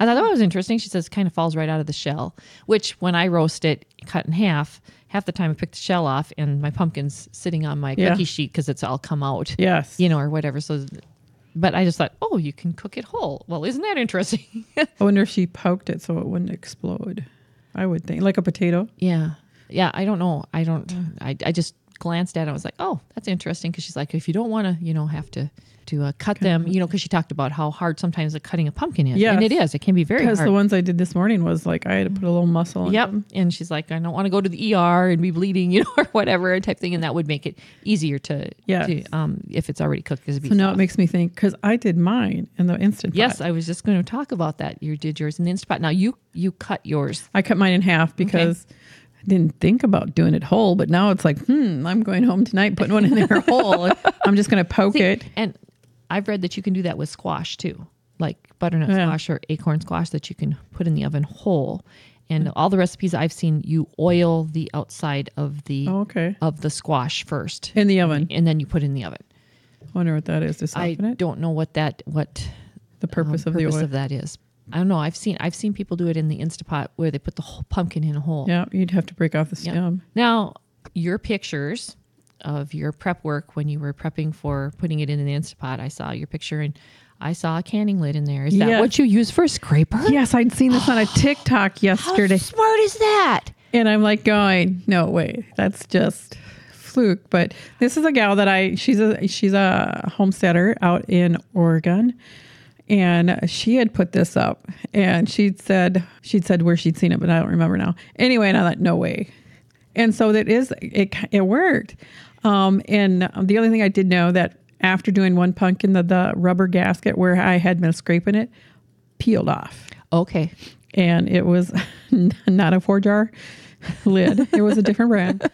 S1: I thought that was interesting. She says it kind of falls right out of the shell, which when I roast it, cut in half, half the time I pick the shell off and my pumpkin's sitting on my
S3: Yeah.
S1: cookie sheet because it's all come out
S3: Yes.
S1: you know, or whatever. So, but I just thought, oh, you can cook it whole. Well, isn't that interesting? [laughs]
S3: I wonder if she poked it so it wouldn't explode. I would think like a potato.
S1: yeah. Yeah. I don't know. I don't, I, I just glanced at it. I was like, oh, that's interesting. Cause she's like, if you don't want to, you know, have to, to uh, cut them, you know, cause she talked about how hard sometimes the cutting a pumpkin is. And it
S3: Yes.
S1: is, it can be very
S3: Because
S1: hard.
S3: the ones I did this morning was like I had to put a little muscle. in
S1: Yep.
S3: them.
S1: And she's like, I don't want to go to the ER and be bleeding, [laughs] you know, or whatever type thing. And that would make it easier to,
S3: Yes.
S1: to um, if it's already cooked. Cause it'd be
S3: So now it
S1: soft.
S3: makes me think because I did mine in the instant. pot.
S1: Yes, I was just going to talk about that. You did yours in the Instapot. Now you you cut yours
S3: I cut mine in half because I didn't think about doing it whole, but now it's like, hmm, I'm going home tonight, putting one in
S1: [laughs]
S3: there whole. I'm just going to poke it.
S1: And I've read that you can do that with squash too, like butternut
S3: Yeah.
S1: squash or acorn squash that you can put in the oven whole. And all the recipes I've seen, you oil the outside of the
S3: Oh, okay.
S1: of the squash first,
S3: In the oven.
S1: and then you put it in the oven.
S3: wonder what that is to
S1: I
S3: soften it.
S1: don't know what that what
S3: The purpose
S1: um,
S3: of the
S1: purpose
S3: oil.
S1: of that is, I don't know. I've seen I've seen people do it in the Instapot where they put the whole pumpkin in a hole.
S3: Yeah, you'd have to break off the stem.
S1: Now, your pictures of your prep work when you were prepping for putting it in the Instapot, I saw your picture and I saw a canning lid in there. Is that
S3: Yes.
S1: what you use for a scraper?
S3: Yes, I'd seen
S1: [gasps]
S3: this on a TikTok yesterday.
S1: Smart is that?
S3: And I'm like going, no way, that's just fluke. But this is a gal that I she's a she's a homesteader out in Oregon. And she had put this up and she'd said she'd said where she'd seen it, but I don't remember now. Anyway, and I thought, no way. And so that is it it worked. Um, and the only thing I did know that after doing one pumpkin, the, the rubber gasket where I had been scraping it peeled off
S1: Okay.
S3: and it was [laughs] not a four jar lid. It was a different brand.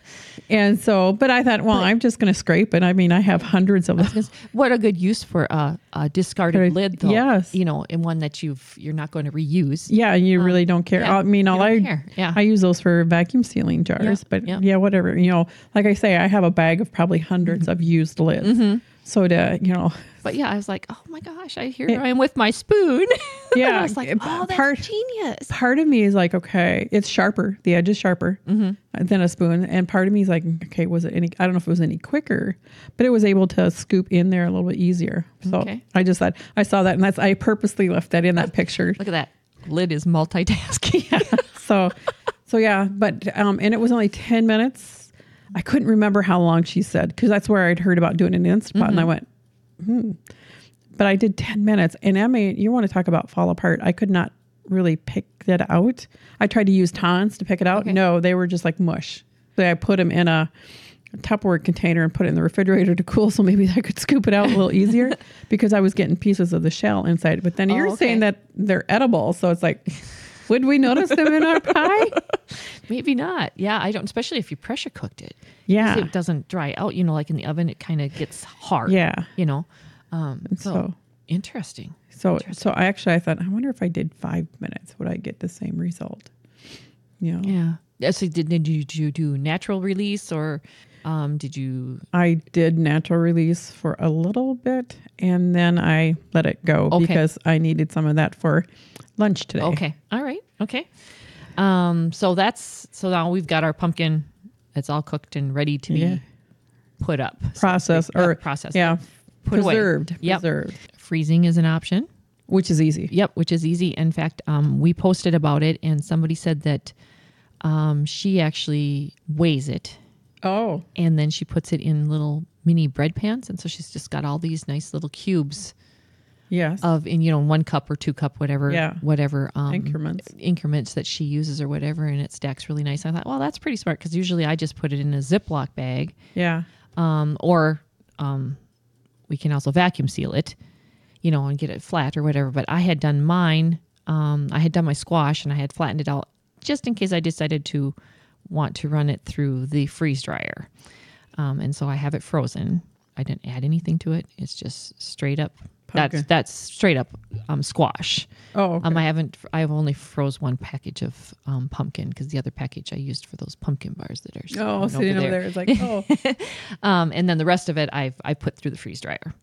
S3: And so, but I thought, well, I'm just going to scrape it. I mean, I have hundreds of them.
S1: What a good use for a, a discarded
S3: Very-
S1: lid, though.
S3: yes.
S1: You know, and one that you've you're not going to reuse.
S3: [laughs] Yeah, you really don't care.
S1: Um, yeah,
S3: I mean,
S1: you
S3: all
S1: don't
S3: I
S1: care. Yeah.
S3: I use those for vacuum sealing jars, but
S1: yeah.
S3: yeah, whatever. You know, like I say, I have a bag of probably 100s
S1: Mm-hmm.
S3: of used lids. So to you know,
S1: But yeah, I was like, oh my gosh, I hear I am with my spoon. [laughs]
S3: Yeah,
S1: I was like,
S3: it-
S1: oh, that's
S3: part-
S1: genius.
S3: part of me is like, okay, it's sharper. The edge is sharper than a spoon. And part of me is like, okay, was it any? I don't know if it was any quicker, but it was able to scoop in there a little bit easier. So
S1: Okay.
S3: I just thought I saw that, and that's I purposely left that in that picture.
S1: Look at that. Lid is multitasking.
S3: [laughs] so, so yeah, but um, and it was only ten minutes. I couldn't remember how long she said because that's where I'd heard about doing an Instapot, and I went, hmm. But I did ten minutes, and I mean, you want to talk about fall apart? I could not really pick that out. I tried to use tons to pick it out. No, they were just like mush. So I put them in a Tupperware container and put it in the refrigerator to cool, so maybe I could scoop it out a little easier because I was getting pieces of the shell inside. But then you're
S1: okay.
S3: saying that they're edible, so it's like. Would we notice them
S1: [laughs]
S3: in our pie?
S1: Maybe not. Yeah, I don't. Especially if you pressure cooked it. 'Cause
S3: Yeah.
S1: It doesn't dry out. You know, like in the oven, it kind of gets hard.
S3: Yeah.
S1: You know. Um, so,
S3: so-
S1: interesting.
S3: So, so I actually I thought I wonder if I did five minutes would I get the same result? You know,
S1: Yeah. Yeah, So did, did you, did you do natural release or um, did you?
S3: I did natural release for a little bit and then I let it go
S1: Okay.
S3: because I needed some of that for lunch today.
S1: Okay. All right. Okay. Um, so that's so now we've got our pumpkin. It's all cooked and ready to be
S3: Yeah.
S1: put up. So
S3: Process
S1: yeah,
S3: or
S1: processed.
S3: Yeah.
S1: Put away.
S3: preserved.
S1: Yep.
S3: Preserved.
S1: freezing is an option.
S3: Which is easy.
S1: Yep, which is easy. In fact, um, we posted about it, and somebody said that um, she actually weighs it,
S3: Oh.
S1: and then she puts it in little mini bread pans, and so she's just got all these nice little cubes
S3: Yes.
S1: of, in you know, one cup or two cup, whatever,
S3: Yeah.
S1: whatever um,
S3: Increments.
S1: increments that she uses or whatever, and it stacks really nice. I thought, well, that's pretty smart because usually I just put it in a Ziploc bag,
S3: Yeah.
S1: um, or um, we can also vacuum seal it, you know, and get it flat or whatever. But I had done mine. Um, I had done my squash and I had flattened it out just in case I decided to want to run it through the freeze dryer. Um, and so I have it frozen. I didn't add anything to it. It's just straight up. That's
S3: Pumpkin.
S1: that's straight up um, squash.
S3: Oh.
S1: Um, I haven't. I've only froze one package of um, pumpkin because the other package I used for those pumpkin bars that are
S3: oh,
S1: over
S3: sitting
S1: there.
S3: over there.
S1: [laughs]
S3: It's like, oh,
S1: Um, and then the rest of it I've I put through the freeze dryer.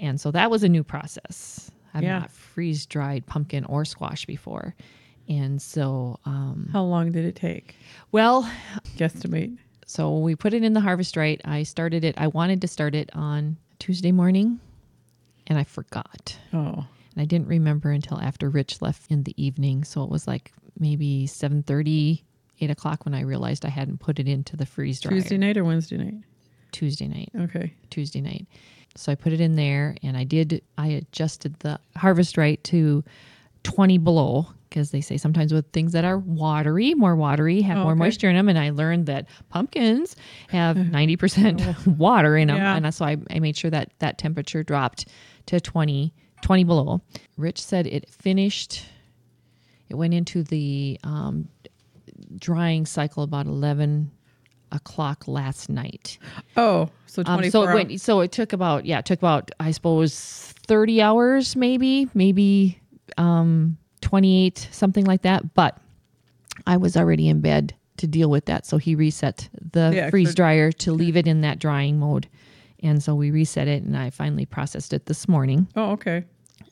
S1: And so that was a new process. I've
S3: Yeah.
S1: not freeze dried pumpkin or squash before. And so, um,
S3: how long did it take?
S1: well,
S3: Guesstimate.
S1: so we put it in the harvest right. I started it. I wanted to start it on Tuesday morning and I forgot.
S3: Oh.
S1: And I didn't remember until after Rich left in the evening. So it was like maybe 7.30, 8 o'clock when I realized I hadn't put it into the freeze dryer.
S3: Tuesday night or Wednesday night?
S1: Tuesday night.
S3: Okay.
S1: Tuesday night. So I put it in there and I did, I adjusted the harvest rate to 20 below because they say sometimes with things that are watery, more watery, have more
S3: Oh, okay.
S1: moisture in them. And I learned that pumpkins
S3: [laughs]
S1: have 90% [laughs] water in them.
S3: Oh, Yeah.
S1: And so I, I made sure that that temperature dropped to 20, 20 below. Rich said it finished, it went into the um, drying cycle about 11 o'clock last night.
S3: Oh, so
S1: Um,
S3: 24
S1: so it
S3: hours.
S1: went, so it took about yeah, it took about I suppose thirty hours, maybe maybe um, twenty eight, something like that. But I was already in bed to deal with that, so he reset the
S3: Yeah,
S1: freeze
S3: extra-
S1: dryer to leave it in that drying mode, and so we reset it, and I finally processed it this morning,
S3: Oh, okay.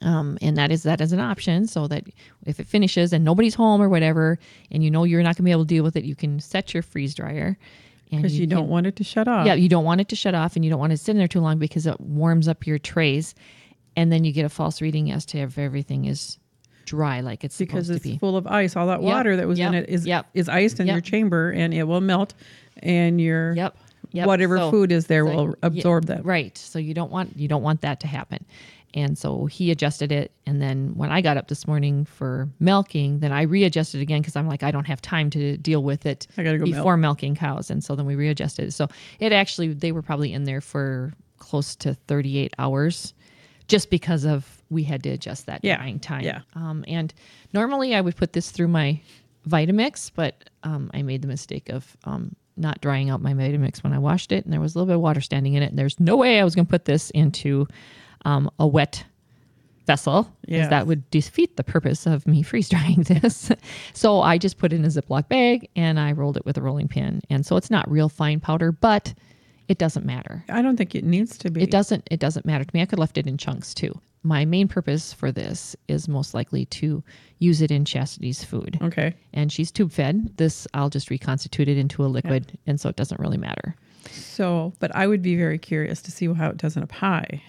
S1: um, and that is that as an option so that if it finishes and nobody's home or whatever and you know you're not going to be able to deal with it you can set your freeze dryer and
S3: because you,
S1: can-
S3: don't want it to shut off.
S1: yeah you don't want it to shut off and you don't want it to sit in there too long because it warms up your trays and then you get a false reading as to if everything is dry like it's
S3: because
S1: supposed to
S3: it's
S1: be
S3: full of ice. All that water that was in
S1: yep,
S3: it is
S1: yep,
S3: is iced in your
S1: yep.
S3: chamber, and it will melt, and your
S1: Yep, yep.
S3: whatever
S1: So-
S3: food is there
S1: so-
S3: will
S1: yeah,
S3: absorb that.
S1: Right. So you don't want you don't want that to happen. And so he adjusted it and then when I got up this morning for milking, then I readjusted again cuz I'm like I don't have time to deal with it
S3: I gotta go milk.
S1: before milking cows and so then we readjusted. So it actually they were probably in there for close to 38 hours just because of we had to adjust that
S3: Yeah,
S1: drying time.
S3: yeah.
S1: Um, and normally I would put this through my Vitamix, but um, I made the mistake of um, not drying out my Vitamix when I washed it, and there was a little bit of water standing in it. And there's no way I was going to put this into um, a wet vessel because
S3: Yes.
S1: that would defeat the purpose of me [laughs] freeze drying this. [laughs] so I just put it in a Ziploc bag and I rolled it with a rolling pin. And so it's not real fine powder, but it doesn't matter.
S3: I don't think it needs to be.
S1: It doesn't it doesn't matter to me. I could have left it in chunks too. My main purpose for this is most likely to use it in Chastity's food.
S3: Okay.
S1: And she's tube fed. This I'll just reconstitute it into a liquid and so it doesn't really matter.
S3: So, but I would be very curious to see how it does in a pie.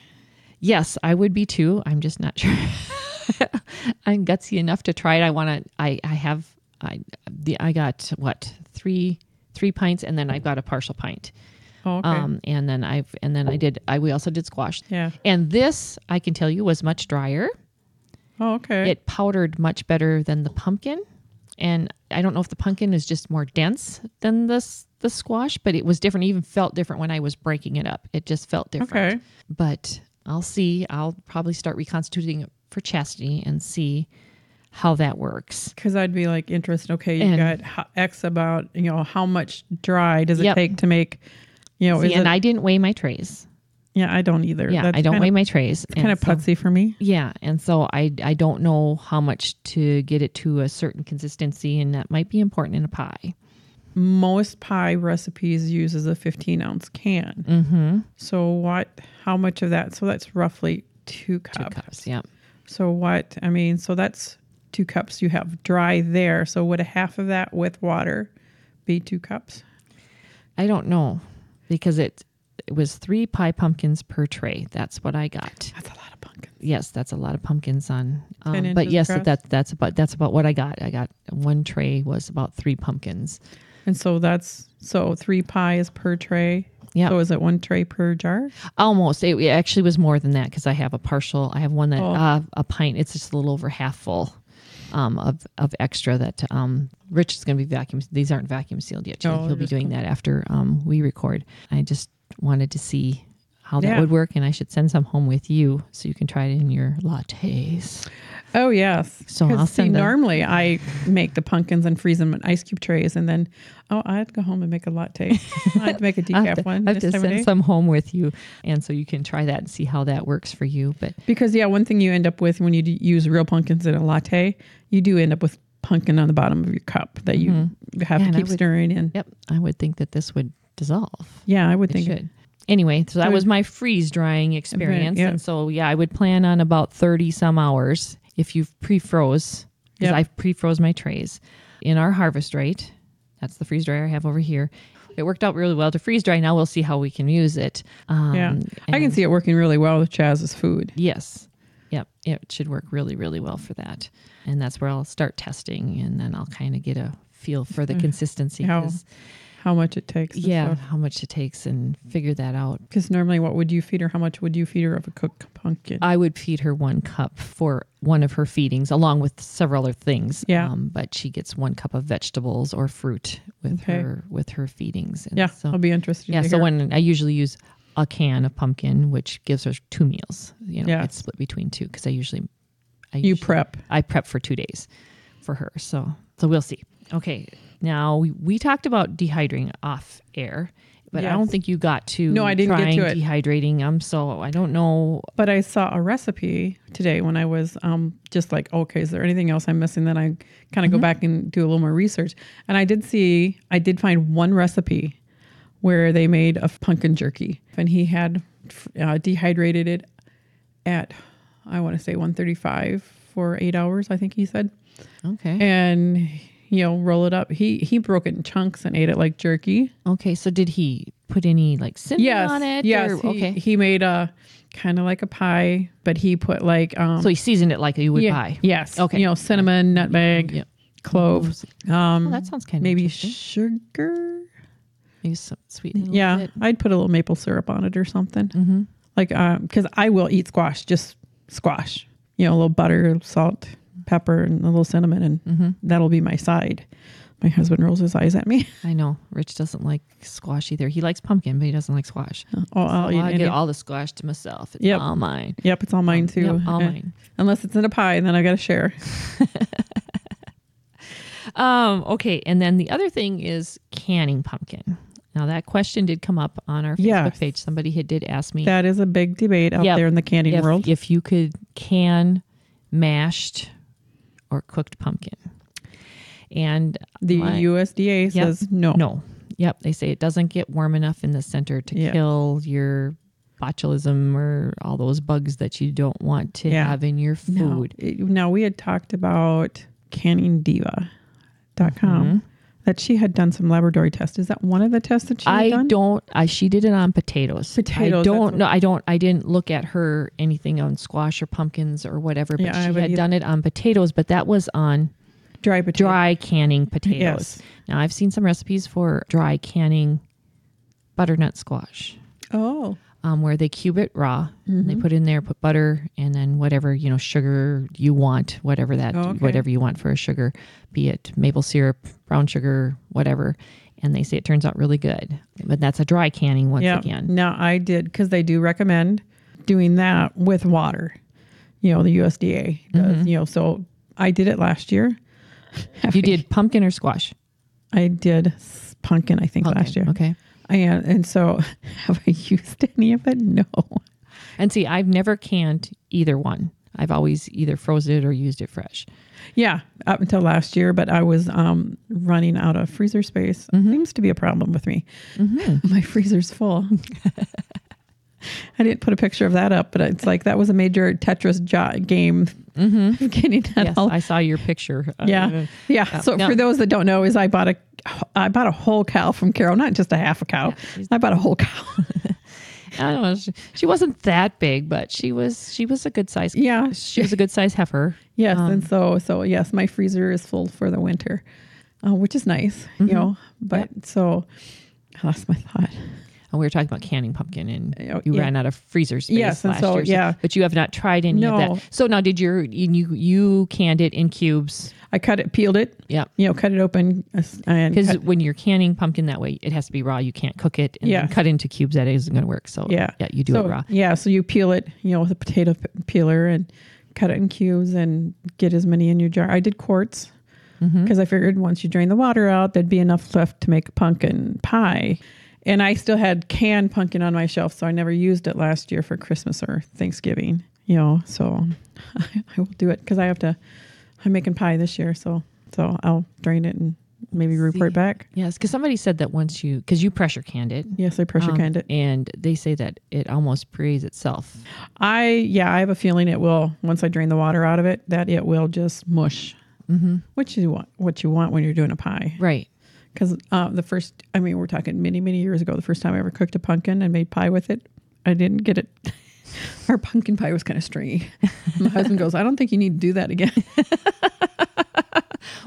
S1: Yes, I would be too. I'm just not [laughs] sure. I'm gutsy enough to try it. I want to. I I have I the I got what three three pints, and then I've got a partial pint.
S3: Oh, okay. Oh.
S1: Um, and then I've and then I did. I we also did squash.
S3: Yeah.
S1: And this I can tell you was much drier.
S3: oh, okay.
S1: It powdered much better than the pumpkin, and I don't know if the pumpkin is just more dense than this the squash, but it was different. It even felt different when I was breaking it up. It just felt different
S3: okay.
S1: but I'll see. I'll probably start reconstituting it for chastity and see how that works.
S3: Because I'd be like interested. Okay, you
S1: And-
S3: got ho- X about you know how much dry does it
S1: Yep.
S3: take to make you know?
S1: See,
S3: Oh, is
S1: and
S3: it,
S1: I didn't weigh my trays.
S3: yeah, I don't either.
S1: Yeah, I don't
S3: kind
S1: weigh
S3: of,
S1: my trays. and
S3: kind of
S1: so-
S3: putsy for me.
S1: yeah, and so I I don't know how much to get it to a certain consistency, and that might be important in a pie.
S3: most pie recipes uses a 15 ounce can. Mm-hmm. So what? How much of that? So that's roughly two cups.
S1: Cups, yeah.
S3: So what? I mean, so that's two cups. You have dry there. So would a half of that with water be two cups?
S1: I don't know because it it was three pie pumpkins per tray. That's what I got.
S3: That's a lot of pumpkin.
S1: yes, that's a lot of pumpkins on.
S3: 10
S1: Um, but
S3: inches
S1: yes,
S3: across?
S1: that that's about that's about what I got. I got one tray was about three pumpkins.
S3: And so that's so three pies per tray.
S1: Yeah.
S3: So is it one tray per jar?
S1: Almost. It, it actually was more than that because I have a partial. I have one that
S3: Oh.
S1: uh, a pint. It's just a little over half full um, of of extra that um, Rich is going to be vacuum. These aren't vacuum sealed yet. Julie.
S3: No,
S1: He'll be
S3: just-
S1: doing that after um, we record. I just wanted to see how that
S3: Yeah.
S1: would work, and I should send some home with you so you can try it in your lattes.
S3: Oh yes.
S1: So
S3: 'Cause
S1: I'll
S3: see,
S1: send a-
S3: normally I make the pumpkins and freeze them in ice cube trays, and then oh, I'd go home and make
S1: [laughs]
S3: a latte. I'd make a
S1: I
S3: decaf
S1: have to,
S3: one
S1: I have
S3: this
S1: to
S3: time of
S1: send
S3: day.
S1: some home with you, and so you can try that and see how that works for you. But
S3: Because yeah, one thing you end up with when you do use real pumpkins in a latte, you do end up with pumpkin on the bottom of your cup that you have
S1: Mm-hmm. Yeah, and
S3: to
S1: I
S3: keep
S1: would-
S3: stirring in.
S1: yep, I would think that this would dissolve.
S3: Yeah, I would
S1: It
S3: think
S1: should. Anyway, so that
S3: Good.
S1: was my freeze drying experience,
S3: yeah.
S1: and so yeah, I would plan on about thirty some hours if you pre froze, because
S3: Yep.
S1: I pre froze my trays in our harvest rate. That's the freeze dryer I have over here. It worked out really well to freeze dry. Now we'll see how we can use it. Um,
S3: Yeah, I can
S1: and-
S3: see it working really well with Chaz's food.
S1: Yes. Yep. It should work really, really well for that. And that's where I'll start testing and then I'll kind of get a feel for the consistency.
S3: Mm. How-
S1: 'cause-
S3: How much it takes?
S1: yeah. How much it takes and figure that out.
S3: Because normally, what would you feed her? How much would you feed her of a cooked pumpkin?
S1: I would feed her one cup for one of her feedings, along with several other things. Um,
S3: Yeah.
S1: but she gets one cup of vegetables or fruit with
S3: Okay.
S1: her with her feedings. And
S3: yeah,
S1: so-
S3: I'll be interested.
S1: yeah.
S3: to
S1: So
S3: hear.
S1: when I usually use a can of pumpkin, which gives her two meals, you know,
S3: Yeah.
S1: it's split between two because I usually I
S3: you
S1: usually-
S3: prep,
S1: I prep for two days for her. So so we'll see. Okay. Now we, we talked about dehydrating off air, but I
S3: Yes.
S1: don't think you got to
S3: No, I didn't get
S1: trying
S3: to it.
S1: dehydrating. I'm so I don't know.
S3: but I saw a recipe today when I was um, just like, okay, is there anything else I'm missing? Then I kind
S1: Mm-hmm.
S3: of go back and do a little more research, and I did see, I did find one recipe where they made a pumpkin jerky, and he had uh, dehydrated it at I want to say 135 for eight hours, I think he said.
S1: Okay.
S3: And, you know, roll it up. He he broke it in chunks and ate it like jerky.
S1: Okay. So did he put any like cinnamon
S3: Yes.
S1: on it?
S3: yes.
S1: or-
S3: he,
S1: okay.
S3: he made a kind of like a pie, but he put like um
S1: so he seasoned it like you would
S3: yeah,
S1: buy.
S3: Yes.
S1: Okay.
S3: You know, cinnamon, nutmeg,
S1: Yeah.
S3: cloves. Um
S1: Well, Oh, that sounds kind of
S3: maybe
S1: interesting.
S3: sugar.
S1: Maybe some sweetening. a little
S3: Yeah,
S1: bit.
S3: I'd put a little maple syrup on it or something. Mm-hmm. Like, because I will eat squash, just squash. You know, a little butter, salt, pepper, and a little cinnamon, and
S1: Mm-hmm.
S3: that'll be my side. My husband rolls his eyes
S1: [laughs]
S3: at me. [laughs]
S1: I know. Rich doesn't like squash either. He likes pumpkin, but he doesn't like squash.
S3: oh, I'll
S1: Well,
S3: eat
S1: I
S3: any-
S1: get all the squash to myself. It's
S3: Yep.
S1: all mine.
S3: Yep, it's all mine too.
S1: Yep, all
S3: Uh,
S1: mine.
S3: Unless it's in a pie, and then I got to share.
S1: Um, okay, and then the other thing is canning pumpkin. Now that question did come up on our Facebook
S3: Yes.
S1: page. Somebody had did ask me
S3: That is a big debate out
S1: Yep.
S3: there in the candy
S1: if,
S3: world.
S1: if you could can mashed or cooked pumpkin. And
S3: the
S1: my- Yep.
S3: USDA says no.
S1: No. Yep. They say it doesn't get warm enough in the center to
S3: Yeah.
S1: kill your botulism or all those bugs that you don't want to
S3: Yeah.
S1: have in your
S3: Now,
S1: food.
S3: it- now we had talked about canningdiva.com
S1: Mm-hmm.
S3: that she had done some laboratory tests. Is that one of the tests that she had
S1: I
S3: done?
S1: don't. I she did it on potatoes.
S3: Potatoes,
S1: I
S3: that's
S1: don't
S3: what-
S1: know. I don't. I didn't look at her anything on squash or pumpkins or whatever. But
S3: Yeah, I
S1: she
S3: haven't
S1: had
S3: either.
S1: done it on potatoes. But that was on
S3: dry potato.
S1: dry canning potatoes.
S3: Yes.
S1: Now I've seen some recipes for dry canning butternut squash.
S3: Oh,
S1: um, where they cube it raw. And they
S3: Mm-hmm.
S1: put in there, put butter, and then whatever you know, sugar you want, whatever that,
S3: Oh, okay.
S1: whatever you want for a sugar, be it maple syrup, brown sugar, whatever. And they say it turns out really good, but that's a dry canning once
S3: yeah. [laughs]
S1: again.
S3: Now I did because they do recommend doing that with water. You know, the USDA does.
S1: Mm-hmm.
S3: You know, so I did it last year.
S1: You
S3: [laughs]
S1: did pumpkin or squash
S3: I did s- pumpkin, I think, last year.
S1: okay?
S3: And and so [laughs] have I used any of it? No.
S1: And see, I've never canned either one. I've always either frozen it or used it fresh.
S3: Yeah, up until last year, but I was um, running out of freezer space.
S1: Mm-hmm.
S3: Seems to be a problem with me. [laughs] My freezer's
S1: [laughs]
S3: full. I didn't put a picture of that up, but it's like that was a major Tetris jo- game. Mm-hmm. [laughs] Getting that
S1: Yes,
S3: all.
S1: I saw your picture.
S3: [laughs] yeah, yeah. So
S1: No.
S3: for those that don't know, is I bought a, I bought a whole cow from Carol, not just a half a cow. I bought a whole cow.
S1: [laughs]
S3: [laughs]
S1: I don't know. She, she wasn't that big, but she was. She was a good size.
S3: Yeah,
S1: she was a good size heifer.
S3: Yes,
S1: Um,
S3: and so so yes, my freezer is full for the winter, uh, which is nice,
S1: Mm-hmm.
S3: you know. But so I lost my thought.
S1: And we were talking about canning pumpkin, and
S3: Oh,
S1: you
S3: yeah.
S1: ran out of freezer space
S3: Yes, and
S1: last
S3: so,
S1: year.
S3: yeah.
S1: but you have not tried any
S3: No.
S1: of that. So now, did your you you canned it in cubes?
S3: I cut it, peeled it,
S1: Yeah,
S3: you know, cut it open, uh, s- and
S1: because
S3: cut-
S1: when you're canning pumpkin that way, it has to be raw. You can't cook it and then
S3: Yes.
S1: cut into cubes. That isn't going to work. So
S3: yeah,
S1: yeah, you do
S3: So,
S1: it raw.
S3: Yeah, so you peel it, you know, with a potato p- peeler and cut it in cubes and get as many in your jar. I did quarts because
S1: Mm-hmm.
S3: I figured once you drain the water out, there'd be enough left to make a pumpkin pie. And I still had canned pumpkin on my shelf, so I never used it last year for Christmas or Thanksgiving. You know, so [laughs] I, I will do it because I have to. I'm making pie this year, so so I'll drain it and maybe report back.
S1: Yes, because somebody said that once you because you pressure canned it.
S3: Yes, I pressure
S1: um,
S3: canned it.
S1: and they say that it almost purees itself.
S3: I yeah, I have a feeling it will once I drain the water out of it that it will just mush, mm-hmm. which you want what you want when you're doing a pie.
S1: Right.
S3: Because uh, the first, I mean, we're talking many many years ago. The first time I ever cooked a pumpkin and made pie with it, I didn't get it. [laughs] Our pumpkin pie was kind of stringy. My husband goes, "I don't think you need to do that again." [laughs]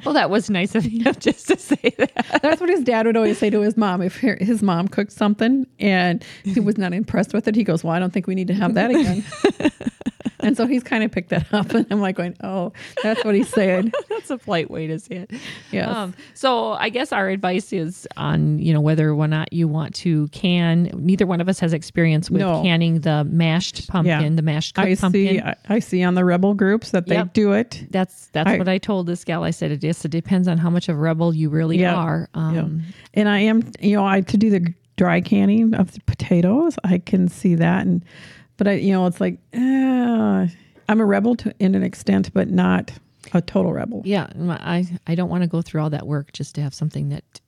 S1: Well, that was nice of you [laughs] just to say that.
S3: That's what his dad would always say to his mom if her, his mom cooked something and he was not impressed with it. He goes, "Well, I don't think we need to have that again." and so he's kind of picked that up, and I'm like, going, "Oh, that's what he's saying."
S1: That's a polite way to say it.
S3: Yes.
S1: Um, so I guess our advice is on you know whether or not you want to can. Neither one of us has experience with
S3: No.
S1: canning the mashed pumpkin, the mashed cooked
S3: I
S1: pumpkin.
S3: see. I, I see on the rebel groups that they
S1: Yep.
S3: do it.
S1: that's that's
S3: I-
S1: what I told this gal. I said it just it depends on how much of a rebel you really
S3: Yeah.
S1: are.
S3: Yeah.
S1: Um,
S3: And I am, you know, I to do the dry canning of the potatoes. I can see that, and but I, you know, it's like eh, I'm a rebel to in an extent, but not a total rebel.
S1: yeah. and my- I I don't want to go through all that work just to have something that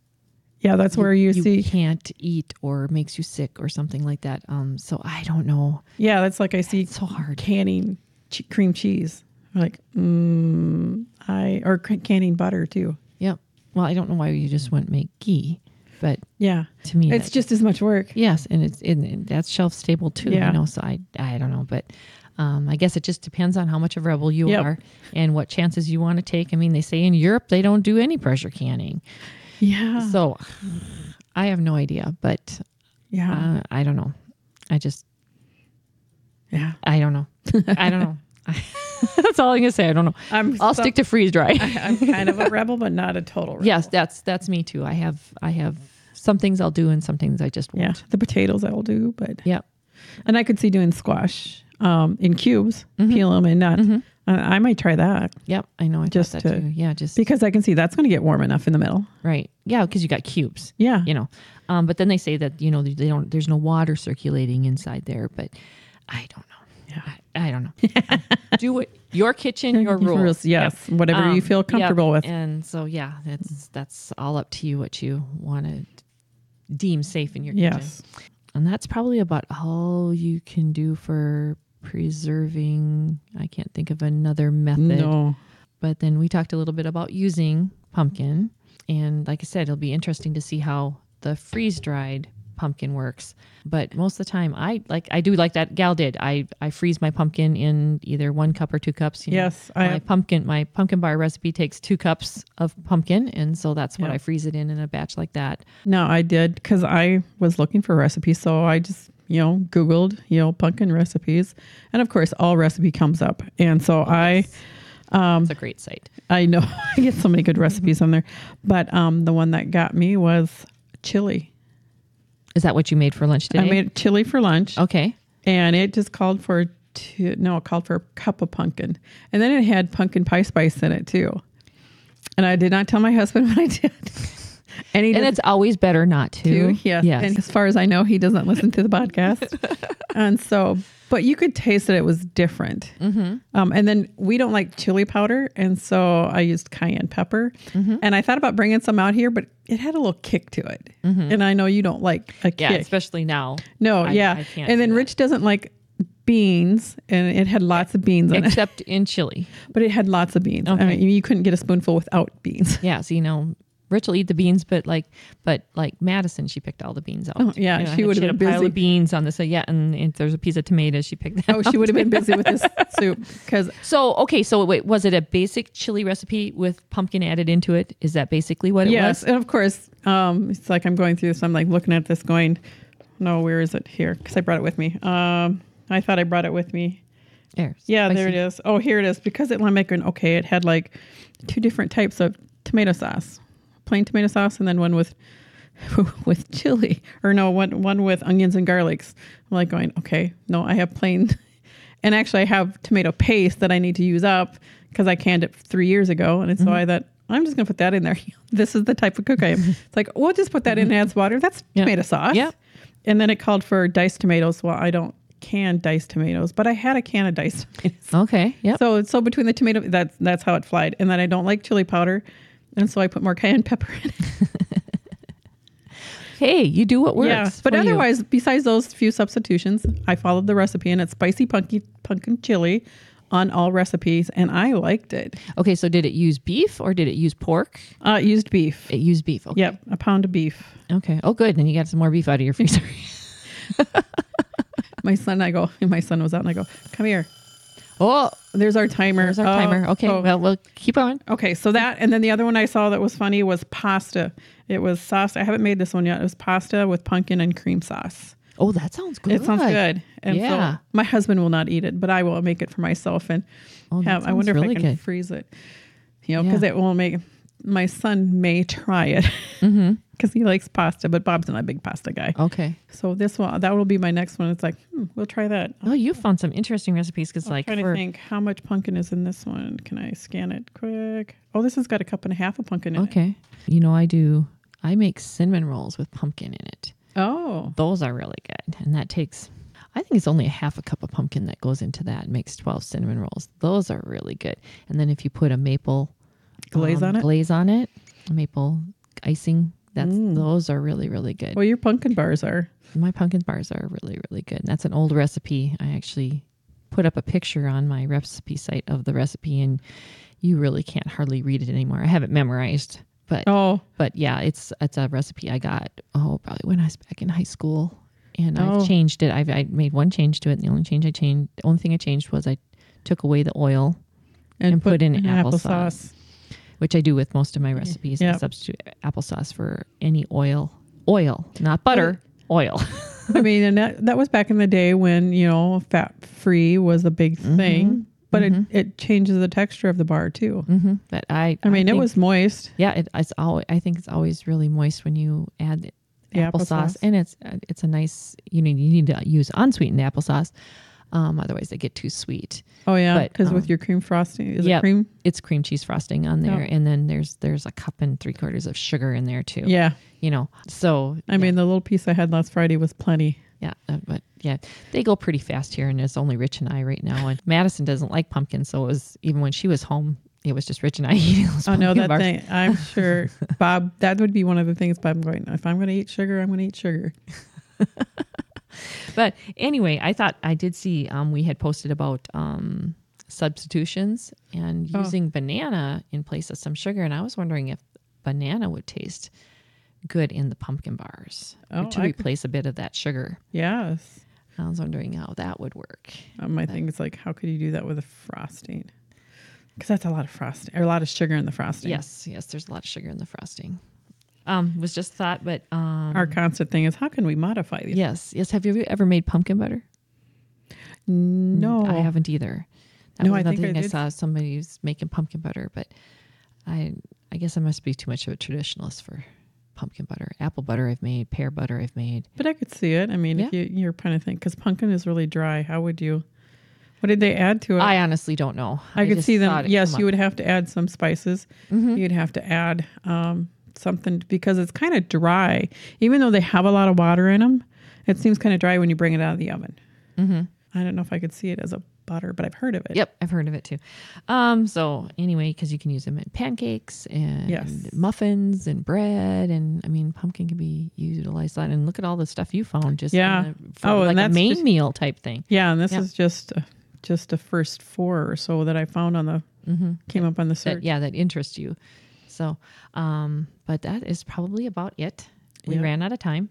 S3: Yeah, that's where you,
S1: you
S3: see.
S1: can't eat or makes you sick or something like that. Um, so I don't know.
S3: Yeah, that's like I see
S1: It's so hard.
S3: canning che- cream cheese. I'm like, mm, I or c- canning butter too.
S1: Yep. Well, I don't know why you just wouldn't make ghee, but
S3: Yeah,
S1: to me,
S3: it's
S1: that-
S3: just as much work.
S1: yes, and it's and- and that's shelf stable too.
S3: Yeah.
S1: You know, so I I don't know, but. Um, I guess it just depends on how much of a rebel you
S3: Yep.
S1: are and what chances you want to take. I mean, they say in Europe they don't do any pressure canning,
S3: Yeah,
S1: so I have no idea. But
S3: yeah,
S1: uh, I don't know. I just
S3: yeah.
S1: I don't know. [laughs] I don't
S3: [laughs]
S1: know. that's all I'm gonna say. I don't know.
S3: I'm
S1: I'll
S3: so-
S1: stick to freeze
S3: [laughs]
S1: dry.
S3: I'm kind of a rebel, but not a total. Rebel.
S1: yes, that's that's me too. I have I have some things I'll do and some things I just
S3: yeah.
S1: won't.
S3: The potatoes I will do, but
S1: Yep.
S3: and I could see doing squash um, in cubes,
S1: Mm-hmm.
S3: peel them and not. I, I might try that
S1: Yep. I know. I
S3: Just
S1: just that
S3: to-
S1: too. Yeah. Just
S3: because I can see that's going to get warm enough in the middle.
S1: right. Yeah, because you got cubes.
S3: Yeah.
S1: You know, um, but then they say that you know they don't. There's no water circulating inside there, but I don't know. Yeah. I, I don't know.
S3: [laughs]
S1: do what your kitchen, your rules.
S3: Yes, whatever
S1: Um,
S3: you feel
S1: yep,
S3: comfortable with.
S1: And so yeah, that's that's all up to you what you want to deem safe in your kitchen.
S3: Yes.
S1: And that's probably about all you can do for preserving. I can't think of another method.
S3: No.
S1: But then we talked a little bit about using pumpkin. And like I said, it'll be interesting to see how the freeze dried pumpkin works. But most of the time I like I do like that gal did. I, I freeze my pumpkin in either one cup or two cups. you know.
S3: Yes, I-
S1: my pumpkin my pumpkin bar recipe takes two cups of pumpkin and so that's what I freeze it in in a batch like that.
S3: No, I did because I was looking for recipes. So I just, you know, Googled, you know, pumpkin recipes. And of course, all recipe comes up. And so I, Um,
S1: it's a great site.
S3: I know [laughs] I get so many good recipes on there. But um, the one that got me was chili.
S1: Is that what you made for lunch today?
S3: I made chili for lunch.
S1: okay.
S3: and it just called for two, no, it called for a cup of pumpkin, and then it had pumpkin pie spice in it too. And I did not tell my husband [laughs] what I did, and he
S1: And
S3: did
S1: it's always better not to.
S3: too. Yes.
S1: Yes.
S3: and as far as I know, he doesn't listen to
S1: [laughs]
S3: the podcast, and so, but you could taste that it was different. Mm-hmm. Um, and then we don't like chili powder, and so I used cayenne pepper,
S1: Mm-hmm.
S3: and I thought about bringing some out here, but it had a little kick to it, and I know you don't like a
S1: Mm-hmm.
S3: [laughs]
S1: yeah,
S3: kick.
S1: especially now.
S3: No,
S1: I-
S3: yeah.
S1: I can't
S3: and
S1: do
S3: then
S1: that.
S3: Rich doesn't like beans, and it had lots of beans in it,
S1: Except in Chile.
S3: but it had lots of beans. I
S1: Okay.
S3: mean, you couldn't get a spoonful without beans. [laughs]
S1: Yeah, so you know, Rich will eat the beans, but like, but like Madison, she picked all the beans out.
S3: Oh, yeah,
S1: You know,
S3: she
S1: had-
S3: would've
S1: had
S3: been
S1: a pile
S3: busy.
S1: of beans on the side. Yeah, and, and there's a piece of tomato. She picked that.
S3: Oh, she would have been busy
S1: [laughs]
S3: with this soup because
S1: So okay, so wait, was it a basic chili recipe with pumpkin added into it? Is that basically what it
S3: yes,
S1: was?
S3: and of course, um, it's like I'm going through this. I'm like looking at this, going, "No, where is it here?" Because I brought it with me. Um, I thought I brought it with me.
S1: There,
S3: Yeah, there it
S1: spicy.
S3: is. Oh, here it is. Because it went making okay. It had like two different types of tomato sauce, plain tomato sauce, and then one with [laughs] with chili, or no, one one with onions and garlics. I'm like going, okay, no, I have plain, [laughs] and actually I have tomato paste that I need to use up because I canned it three years ago, and so I thought. I'm just gonna put that in there. [laughs] this is the type of cook I am. It's like we'll just put that in. Adds water. That's
S1: Yeah.
S3: tomato sauce.
S1: Yeah.
S3: And then it called for diced tomatoes. Well, I don't can diced tomatoes, but I had a can of diced tomatoes.
S1: Okay. [laughs] Yep.
S3: So so between the tomato that's that's how it flied. And then I don't like chili powder. And so I put more cayenne pepper in it.
S1: hey, you do what works.
S3: But
S1: for you.
S3: otherwise, besides those few substitutions, I followed the recipe and it's spicy pumpkin pumpkin chili on all recipes and I liked it.
S1: okay. So did it use beef or did it use pork?
S3: Uh it used beef.
S1: It used beef. Okay.
S3: Yep, a pound of beef.
S1: Okay. Oh, good. Then you got some more beef out of your
S3: [laughs]
S1: freezer.
S3: My son, I go, [laughs] my son was out and I go, come here.
S1: oh,
S3: There's our timer.
S1: there's our
S3: Oh,
S1: timer. Okay.
S3: oh.
S1: Well, we'll keep on.
S3: Okay, so that and then the other one I saw that was funny was pasta. It was sauce. I haven't made this one yet. It was pasta with pumpkin and cream sauce.
S1: Oh, that sounds good.
S3: It sounds good. And
S1: Yeah.
S3: so my husband will not eat it, but I will make it for myself and
S1: Oh, that
S3: have I
S1: sounds
S3: wonder
S1: really
S3: if I can
S1: good.
S3: freeze it. You know, because
S1: Yeah.
S3: it will make my son may try it because
S1: Mm-hmm.
S3: [laughs] he likes pasta, but Bob's not a big pasta guy.
S1: Okay.
S3: So this one, that will be my next one. It's like hmm, we'll try that.
S1: Oh, you found some interesting recipes because, like,
S3: trying
S1: for-
S3: to think how much pumpkin is in this one. Can I scan it quick? Oh, this has got a cup and a half of pumpkin in it.
S1: okay, you know, I do. I make cinnamon rolls with pumpkin in it.
S3: Oh,
S1: Those are really good, and that takes. I think it's only a half a cup of pumpkin that goes into that and makes twelve cinnamon rolls. Those are really good. And then if you put a maple
S3: glaze
S1: um,
S3: on it.
S1: glaze on it, a maple icing. That's
S3: Mm.
S1: those are really really good.
S3: Well, your pumpkin bars are.
S1: My pumpkin bars are really really good. And that's an old recipe. I actually put up a picture on my recipe site of the recipe, and you really can't hardly read it anymore. I have it memorized, but
S3: Oh,
S1: but yeah, it's it's a recipe I got oh probably when I was back in high school, and
S3: Oh.
S1: I've changed it. I've I made one change to it. And the only change I changed, the only thing I changed was I took away the oil, And put in applesauce. which I do with most of my recipes.
S3: yeah.
S1: I substitute applesauce for any oil, oil, not butter, oil. [laughs]
S3: I mean, and that, that was back in the day when, you know, fat free was a big
S1: Mm-hmm.
S3: thing, but It, it changes the texture of the bar too.
S1: hmm But Mm-hmm. I,
S3: I mean, it
S1: think-
S3: was moist.
S1: yeah. It, it's always I think it's always really moist when you add
S3: The
S1: applesauce,
S3: applesauce.
S1: and it's uh, it's a nice. You know, you need to use unsweetened applesauce. Um, otherwise, they get too sweet.
S3: Oh, yeah.
S1: But,
S3: Because with
S1: um,
S3: your cream frosting, is
S1: yeah.
S3: it cream? Oh.
S1: It's cream cheese frosting on there,
S3: Yep.
S1: and then there's there's a cup and three quarters of sugar in there too.
S3: Yeah.
S1: you know. So
S3: I mean, the little piece I had last Friday was plenty.
S1: Yeah, uh, but yeah, they go pretty fast here, and it's only Rich and I right now. And Madison doesn't like pumpkin, so it was even when she was home, it was just Rich and I [laughs] eating those
S3: Oh, no,
S1: pumpkin
S3: that
S1: bars.
S3: thing.
S1: [laughs]
S3: I'm sure, Bob, that would be one of the things Bob, I'm going, if I'm going to eat sugar, I'm going to eat sugar.
S1: But anyway, I thought I did see um, we had posted about um, substitutions and
S3: Oh.
S1: using banana in place of some sugar, and I was wondering if banana would taste good in the pumpkin bars or
S3: Oh,
S1: to
S3: I could-
S1: replace a bit of that sugar.
S3: Yes.
S1: I was wondering how that would work.
S3: Um, my thing is like, how could you do that with a frosting? Because that's a lot of frosting or a lot of sugar in the frosting.
S1: Yes, yes, there's a lot of sugar in the frosting. Um, was just a thought, but um,
S3: Our constant thing is, how can we modify these?
S1: Yes, yes. Have you ever made pumpkin butter?
S3: No,
S1: I haven't either. That
S3: Oh. No,
S1: was
S3: I
S1: another
S3: think I
S1: thing I,
S3: did.
S1: saw somebody was making pumpkin butter, but I I guess I must be too much of a traditionalist for pumpkin butter. Apple butter I've made, pear butter I've made.
S3: But I could see it. I mean, if you, you're kind of thinking, because pumpkin is really dry, how would you? What did they add to it?
S1: I honestly don't know.
S3: I could
S1: just
S3: see
S1: saw
S3: them.
S1: it
S3: Yes,
S1: come
S3: you
S1: up. Mm-hmm.
S3: would have to add some spices. You'd have to add um, something because it's kind of dry. Even though they have a lot of water in them, it seems kind of dry when you bring it out of the oven. Mm-hmm. I don't know if I could see it as a butter, but I've heard of it.
S1: Yep, I've heard of it too. Um, so anyway, because you can use them in pancakes and
S3: Yes.
S1: muffins and bread, and I mean, pumpkin can be utilized a lot. And look at all the stuff you found, just in
S3: Yeah.
S1: the- for
S3: Oh, and
S1: like a
S3: that's
S1: main
S3: just-
S1: meal type thing.
S3: Yeah, and this
S1: Yep.
S3: is just uh, just the first four or so that I found on the came up on the search.
S1: that yeah that interest you so um but that is probably about it we
S3: Yeah.
S1: ran out of time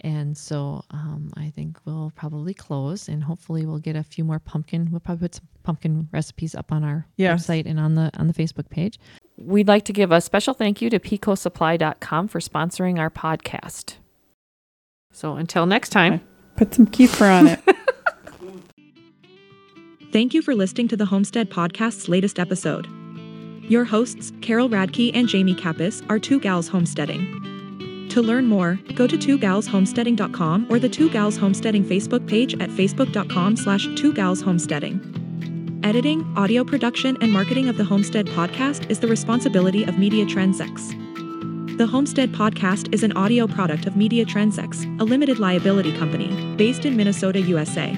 S1: and so um i think we'll probably close and hopefully we'll get a few more pumpkin we'll probably put some pumpkin recipes up on our
S3: Yes.
S1: website and on the on the facebook page we'd like to give a special thank you to picosupply.com for sponsoring our podcast so until next time
S3: Put some kefir on it.
S2: Thank you for listening to the Homestead Podcast's latest episode. Your hosts, Carol Radke and Jamie Kappas, are Two Gals Homesteading. To learn more, go to twogalshomesteading.com or the Two Gals Homesteading Facebook page at facebook.com slash two gals homesteading. Editing, audio production, and marketing of the Homestead Podcast is the responsibility of Media Trends X. The Homestead Podcast is an audio product of Media Trends X, a limited liability company, based in Minnesota, USA.